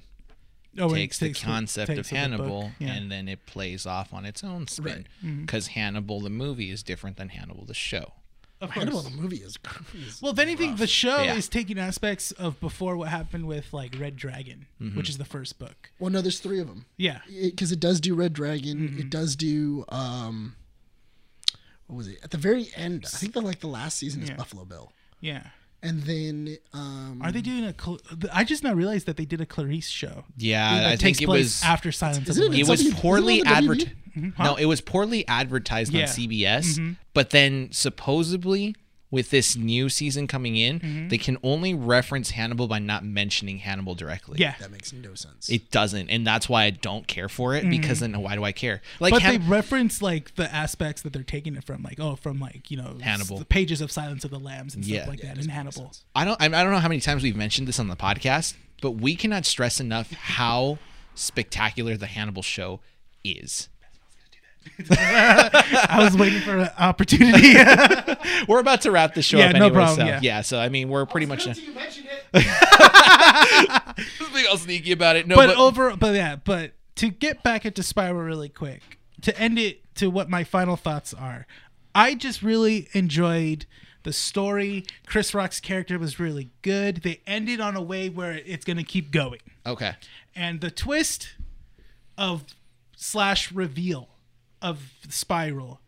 C: Oh, and it
A: takes, the concept
C: takes
A: of
C: the book,
A: Hannibal
C: yeah. Mm-hmm.
A: and then it plays off on its own spin
B: Right.
A: because Hannibal the movie is different than Hannibal the show.
C: of course.
B: Hannibal the movie is, is
C: Well, if anything, the show
A: Yeah.
C: is taking aspects of before what happened with like Red Dragon,
A: Mm-hmm.
C: which is the first book.
B: well, no, there's three of them.
C: Yeah,
B: because it, does do Red Dragon. It does do um, what was it at the very end? I think the like the last season is
C: Yeah.
B: Buffalo Bill,
C: yeah.
B: and then um,
C: Are they doing a? Cl- I just now realized that they did a Clarice show.
A: Mm-hmm. Yeah,
C: that
A: I
C: takes
A: think it
C: place
A: was
C: after Silence of
B: Is
C: the
B: it in
A: it
C: Lambs.
A: was
B: Something-
A: poorly
B: isn't that the
A: advertised. No, it was poorly advertised
C: Mm-hmm. Yeah. Mm-hmm.
A: on CBS, but then supposedly with this new season coming in,
C: Mm-hmm.
A: they can only reference Hannibal by not mentioning Hannibal directly.
C: Yeah,
B: that makes no sense.
A: It doesn't, and that's why I don't care for it because then why do I care? Like
C: Mm-hmm. but
A: Han-
C: they reference like the aspects that they're taking it from, like oh, from like you know s-
A: Hannibal.
C: the pages of Silence of the Lambs and
A: Yeah.
C: stuff like
A: Yeah,
C: that in Hannibal.
A: I don't I I don't know how many times we've mentioned this on the podcast, but we cannot stress enough how spectacular the Hannibal show is.
C: I was waiting for an opportunity.
A: We're about to wrap the show
C: Yeah,
A: up
C: no
A: anyway,
C: problem,
A: so
C: yeah.
A: so I mean we're pretty much
E: you mentioned it.
A: something all sneaky about it. No,
C: but,
A: but,
C: over but yeah but to get back into spiral really quick to end it to what my final thoughts are i just really enjoyed the story chris rock's character was really good they ended on a way where it's going to keep going
A: okay.
C: and the twist of slash reveal of spiral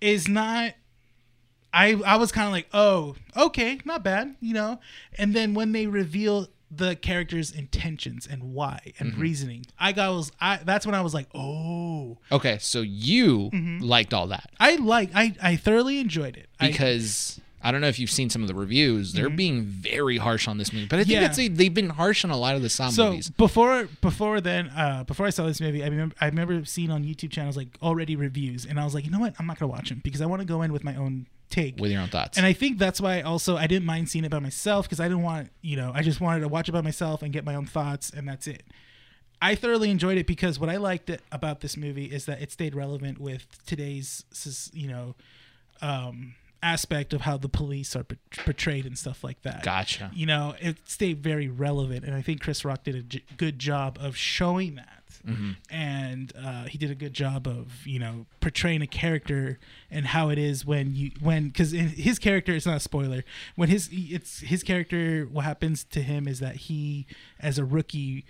C: is not i i was kind of like oh okay not bad you know and then when they reveal the character's intentions and why and
A: Mm-hmm.
C: reasoning i got was i that's when i was like oh
A: Okay, so you liked all that
C: i like i i thoroughly enjoyed it Mm-hmm. I- Mm-hmm.
A: because I, don't know if you've seen some of the reviews. They're being very harsh on this movie, but I think
C: Yeah.
A: that's a, they've been harsh on a lot of the Saw
C: so
A: movies.
C: before before then uh before i saw this movie i remember i remember seeing on youtube channels like already reviews and i was like you know what i'm not gonna watch them because i want to go in with my own take
A: With your own thoughts,
C: And I think that's why also I didn't mind seeing it by myself because I didn't want, you know, I just wanted to watch it by myself and get my own thoughts, and that's it. I thoroughly enjoyed it because what I liked it- about this movie is that it stayed relevant with today's, sus- you know, um, aspect of how the police are por- portrayed and stuff like that.
A: gotcha.
C: You know, it stayed very relevant, and I think Chris Rock did a j- good job of showing that and uh, he did a good job of you know portraying a character and how it is when you when because in his character it's not a spoiler when his it's his character what happens to him is that he as a rookie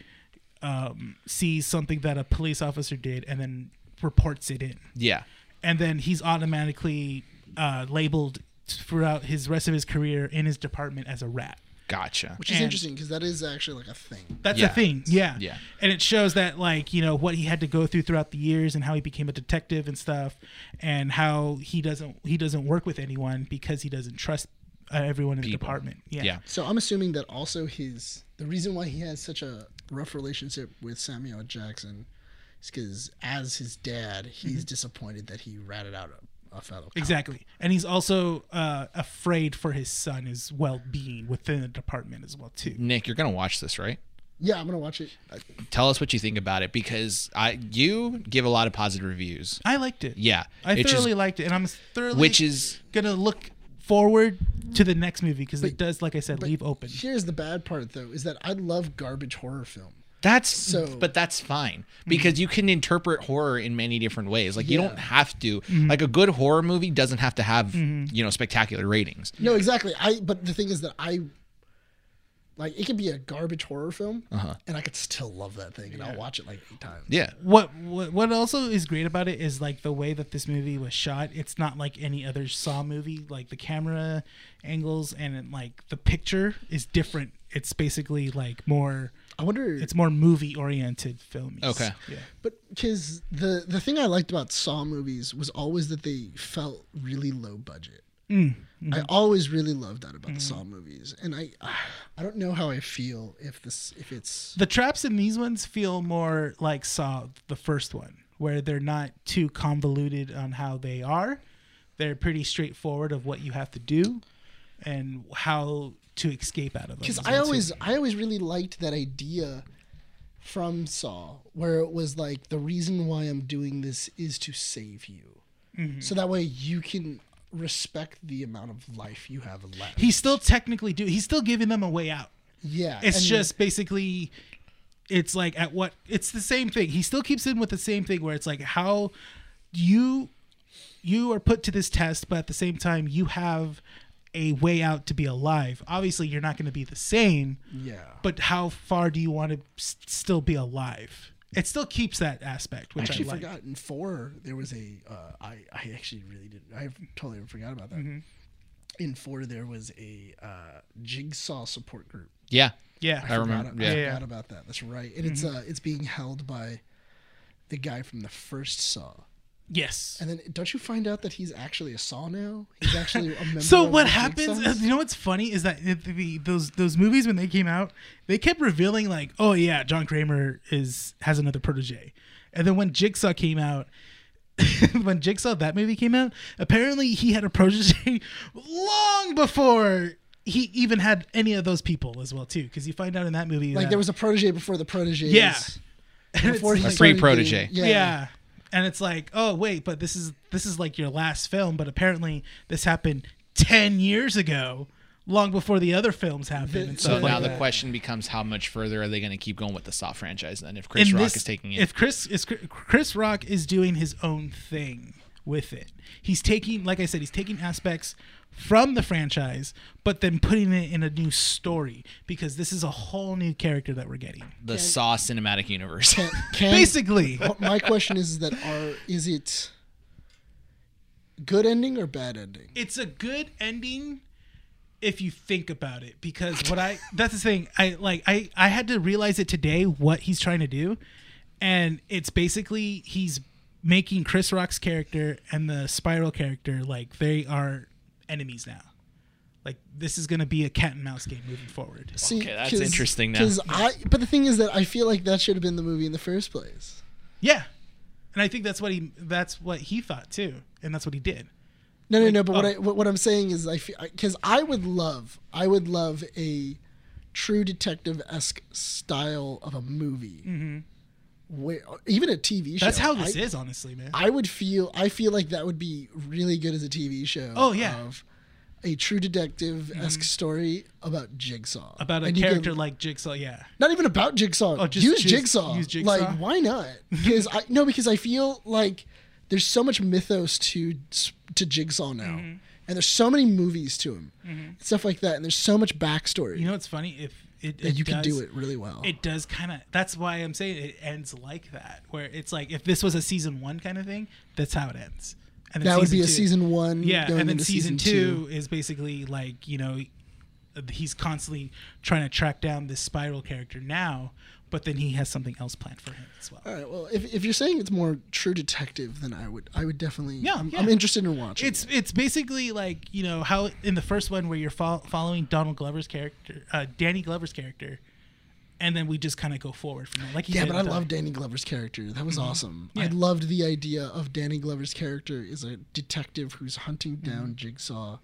C: um, sees something that a police officer did and then reports it in
D: Yeah.
C: and then he's automatically uh, labeled throughout his rest of his career in his department as a rat.
D: Gotcha.
B: Which is
C: And-
B: interesting because that is actually like a thing.
C: That's
D: Yeah.
C: the thing, yeah.
D: Yeah.
C: And it shows that, like, you know, what he had to go through throughout the years, and how he became a detective and stuff, and how he doesn't he doesn't work with anyone because he doesn't trust uh, everyone in the
D: People.
C: department. Yeah.
D: Yeah.
B: So I'm assuming that also his the reason why he has such a rough relationship with Samuel Jackson is because as his dad, he's disappointed that he ratted out a, a fellow. cop.
C: Exactly. And he's also uh, afraid for his son his well being within the department as well too.
D: Nick, you're gonna watch this, right?
B: Yeah, I'm gonna watch it.
D: Tell us what you think about it because I you give a lot of positive reviews.
C: I liked it.
D: Yeah.
C: I
D: It's just-
C: thoroughly liked it, and I'm thoroughly
D: which is
C: gonna look forward to the next movie because it does, like I said, leave open.
B: Here's the bad part though: is that I love garbage horror film.
D: That's
B: So-
D: but that's fine
C: Mm-hmm.
D: because you can interpret horror in many different ways. Like you
B: Yeah.
D: don't have to
C: Mm-hmm.
D: like a good horror movie doesn't have to have you know spectacular ratings.
B: No, exactly. I but the thing is that I like it could be a garbage horror film, and I could still love that thing, and I'll watch it like eight times.
D: Yeah,
C: What, what what also is great about it is like the way that this movie was shot. It's not like any other Saw movie. Like the camera angles and like the picture is different. It's basically like more.
B: I wonder.
C: It's more movie oriented film.
D: Okay.
C: Yeah.
B: But because the the thing I liked about Saw movies was always that they felt really low budget. I always really loved that about the Saw movies, and I I don't know how I feel if this if it's
C: The traps in these ones feel more like Saw the first one, where they're not too convoluted on how they are. They're pretty straightforward of what you have to do and how to escape out of them.
B: because
C: as
B: I
C: well, too.
B: always I always really liked that idea from Saw where it was like the reason why I'm doing this is to save you,
C: Mm-hmm.
B: so that way you can respect the amount of life you have left.
C: he's still technically do he's still giving them a way out.
B: yeah,
C: It's
B: and-
C: just basically it's like at what it's the same thing. He still keeps in with the same thing where it's like how you you are put to this test, but at the same time you have a way out to be alive. Obviously, you're not going to be the same,
B: yeah.
C: but how far do you want to s- still be alive? It still keeps that aspect, which I,
B: actually
C: like.
B: forgot in four there was a uh, I I actually really didn't I totally forgot about that.
C: Mm-hmm.
B: In four there was a uh, jigsaw support group.
D: yeah,
C: Yeah,
D: I remember.
B: Forgot- I
D: yeah,
B: forgot
C: Yeah. Mm-hmm.
B: about that. That's right. And it's uh it's being held by the guy from the first Saw.
C: yes.
B: And then don't you find out that he's actually a Saw now? He's actually a member.
C: So
B: of
C: what
B: the
C: happens?
B: Jigsaws?
C: You know what's funny is that it- the, those those movies when they came out, they kept revealing like, oh yeah, John Kramer is has another protege, and then when Jigsaw came out. when Jigsaw that movie came out, apparently he had a protege long before he even had any of those people as well too. Because you find out in that movie,
B: like
C: that-
B: there was a protege before the protege.
C: Yeah.
B: Before he
D: A
B: started being-
D: pre-protege.
B: Yeah.
C: yeah. and it's like oh wait but this is this is like your last film but apparently this happened 10 years ago long before the other films happened and
D: So
C: stuff like
D: now the
C: that.
D: question becomes how much further are they going to keep going with the Saw franchise then if Chris
C: And
D: Rock
C: this-
D: is taking it?
C: if chris is chris rock is doing his own thing with it he's taking like i said he's taking aspects from the franchise but then putting it in a new story because this is a whole new character that we're getting
D: the Saw cinematic universe.
B: Can, can,
C: basically
B: But my question is, is that are is it good ending or bad ending?
C: it's a good ending if you think about it because what i that's the thing i like i i had to realize it today what he's trying to do and it's basically he's making chris rock's character and the spiral character like they are enemies now like this is going to be a cat and mouse game moving forward
B: See,
D: Okay, that's interesting now.
B: Because I, but the thing is that I feel like that should have been the movie in the first place.
C: yeah and i think that's what he that's what he thought too and that's what he did
B: No, no, no. But what
C: oh.
B: I what, what I'm saying is, I feel because I would love, I would love a true detective esque style of a movie, where even a TV show.
C: Mm-hmm. that's how this
B: I-
C: is honestly man
B: I would feel I feel like that would be really good as a TV show.
C: Oh, yeah. Mm-hmm.
B: Of, a true detective esque story about Jigsaw.
C: about a
B: And you can-
C: character like Jigsaw. Yeah,
B: not even about Jigsaw.
C: Oh, just
B: use
C: jig-
B: Jigsaw.
C: use Jigsaw?
B: Like why not? Because I no because I feel like there's so much mythos to to Jigsaw now,
C: Mm-hmm.
B: and there's so many movies to him, and stuff like that, and there's so much backstory
C: you know what's funny if it,
B: that
C: it
B: you can do
C: does-
B: it really well.
C: It does kind of. That's why I'm saying it ends like that, where it's like if this was a season one kind of thing, that's how it ends. And then
B: that would be a
C: two-
B: season one.
C: Yeah,
B: going
C: and then
B: into
C: season, two, is basically like you know, he's constantly trying to track down this spiral character now, but then he has something else planned for him as well.
B: All right. Well, if, if you're saying it's more True Detective, then I would I would definitely.
C: Yeah,
B: I'm,
C: yeah.
B: I'm interested in watching.
C: It's
B: it.
C: it's basically like you know how in the first one where you're fol- following Donald Glover's character, uh, Danny Glover's character, and then we just kind of go forward from there. Like you
B: yeah,
C: did
B: but I
C: with, uh,
B: love Danny Glover's character. That was awesome. I
C: Mm-hmm. Yeah.
B: loved the idea of Danny Glover's character is a detective who's hunting down
C: Mm-hmm.
B: Jigsaw,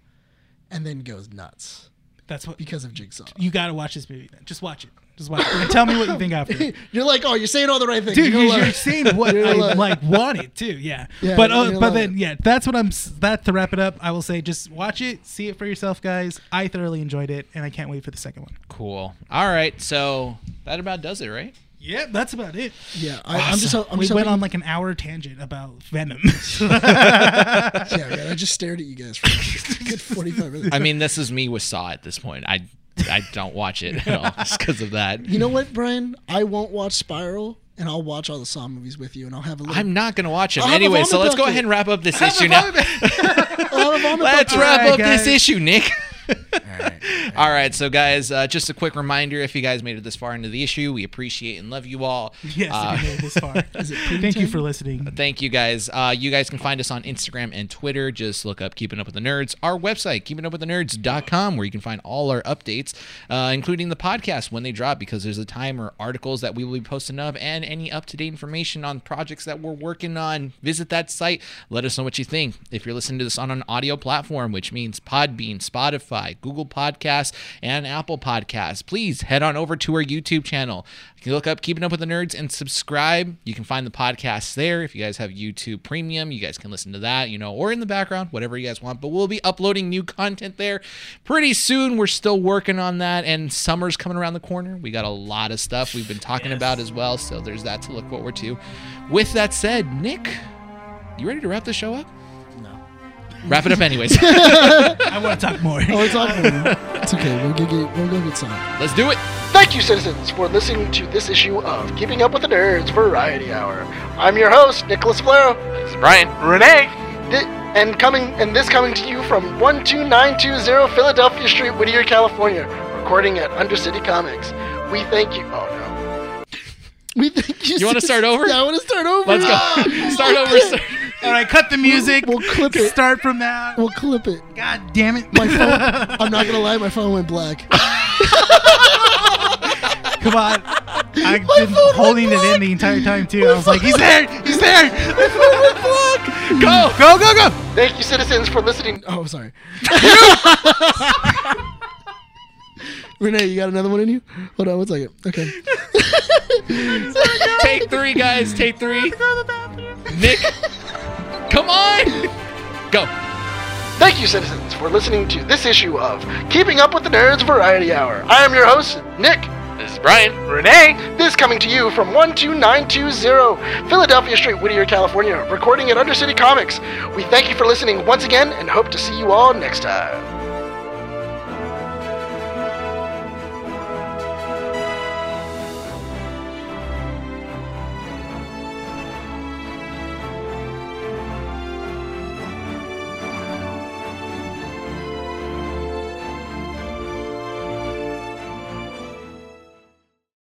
B: and then goes nuts
C: that's what
B: because of Jigsaw.
C: you got to watch this movie. Then just watch it. Just watch it and tell me what you think after.
B: you're like, oh, you're saying all the right things.
C: Dude,
B: You're
C: you're,
B: gonna
C: you're
B: love it."
C: saying what
B: You're
C: I
B: like-
C: like wanted too. Yeah,
B: Yeah,
C: but
B: you're
C: uh,
B: gonna
C: but
B: love
C: then
B: it.
C: yeah, that's what I'm. s- That to wrap it up, I will say just watch it, see it for yourself, guys. I thoroughly enjoyed it, and I can't wait for the second one.
A: Cool. All right. So that about does it, right?
C: Yep, that's about it.
B: Yeah, I, I'm just. ho- I'm
C: we
B: just
C: went
B: hoping-
C: on like an hour tangent about Venom.
B: Yeah, man, I just stared at you guys for a good 45 minutes.
A: I mean, this is me with Saw at this point. I I don't watch it at all just because of that.
B: You know what, Brian? I won't watch Spiral, and I'll watch all the Saw movies with you, and I'll have a little.
A: I'm not gonna watch him
B: I'll have a
A: anyway. So
B: vomit
A: let's go
B: bucket.
A: ahead and wrap up this issue now.
B: I'll have a vomit
A: Let's
B: bucket.
A: wrap
C: All right,
A: up
C: guys.
A: this issue, Nick. All right, so guys, uh, just a quick reminder: if you guys made it this far into the issue, we appreciate and love you all.
C: yes,
A: Uh,
C: if you made it this far.
B: pretty
C: Thank you
B: tame?
C: for listening.
A: Thank you guys. Uh, you guys can find us on Instagram and Twitter. Just look up Keeping Up with the Nerds. Our website, keepingupwiththenerds.com, where you can find all our updates, uh, including the podcast when they drop, because there's a timer, articles that we will be posting up, and any up to date information on projects that we're working on. Visit that site. Let us know what you think. If you're listening to this on an audio platform, which means Podbean, Spotify, Google Podcasts, and Apple Podcasts, please head on over to our YouTube channel. You can look up Keeping Up with the Nerds and subscribe. You can find the podcast there. If you guys have YouTube Premium, you guys can listen to that, you know, or in the background, whatever you guys want. But we'll be uploading new content there pretty soon. We're still working on that, and summer's coming around the corner. We got a lot of stuff we've been talking about as well. So there's that to look forward to. With that said, Nick, you ready to wrap the show up? No. Wrap it up, anyways.
C: I want to talk more.
B: Oh, it's awkward. it's okay. We'll go get. We'll go get some.
A: Let's do it.
B: Thank you, citizens, for listening to this issue of Keeping Up with the Nerds Variety Hour. I'm your host, Nicholas Valero.
A: It's Brian.
B: Renee. Thi- and coming and this coming to you from 12920 Philadelphia Street, Whittier, California, recording at Undercity Comics. We thank you. Oh no. We thank you.
A: You wanna start
B: citizens-
A: over?
B: Yeah, I want to start over.
A: Let's go.
B: Ah!
A: Start over. Start.
C: All right, cut the music.
B: We'll clip it.
C: Start from that.
B: We'll clip it.
C: God damn it!
B: My phone. I'm not gonna lie. My phone went black.
C: Come on. I've
B: My
C: been
B: phone went
C: holding it
B: black.
C: in the entire time too. I was like, he's there, he's there.
A: Go.
C: Go, go, go.
B: Thank you, citizens, for listening. Oh, sorry. Renee, you got another one in you? Hold on one second. Okay.
A: Take three, guys. Take three. Nick, come on. Go.
B: Thank you, citizens, for listening to this issue of Keeping Up with the Nerds Variety Hour. I am your host, Nick.
A: This is Brian.
B: Renee. This coming to you from 12920 Philadelphia Street, Whittier, California, recording at Undercity Comics. We thank you for listening once again and hope to see you all next time.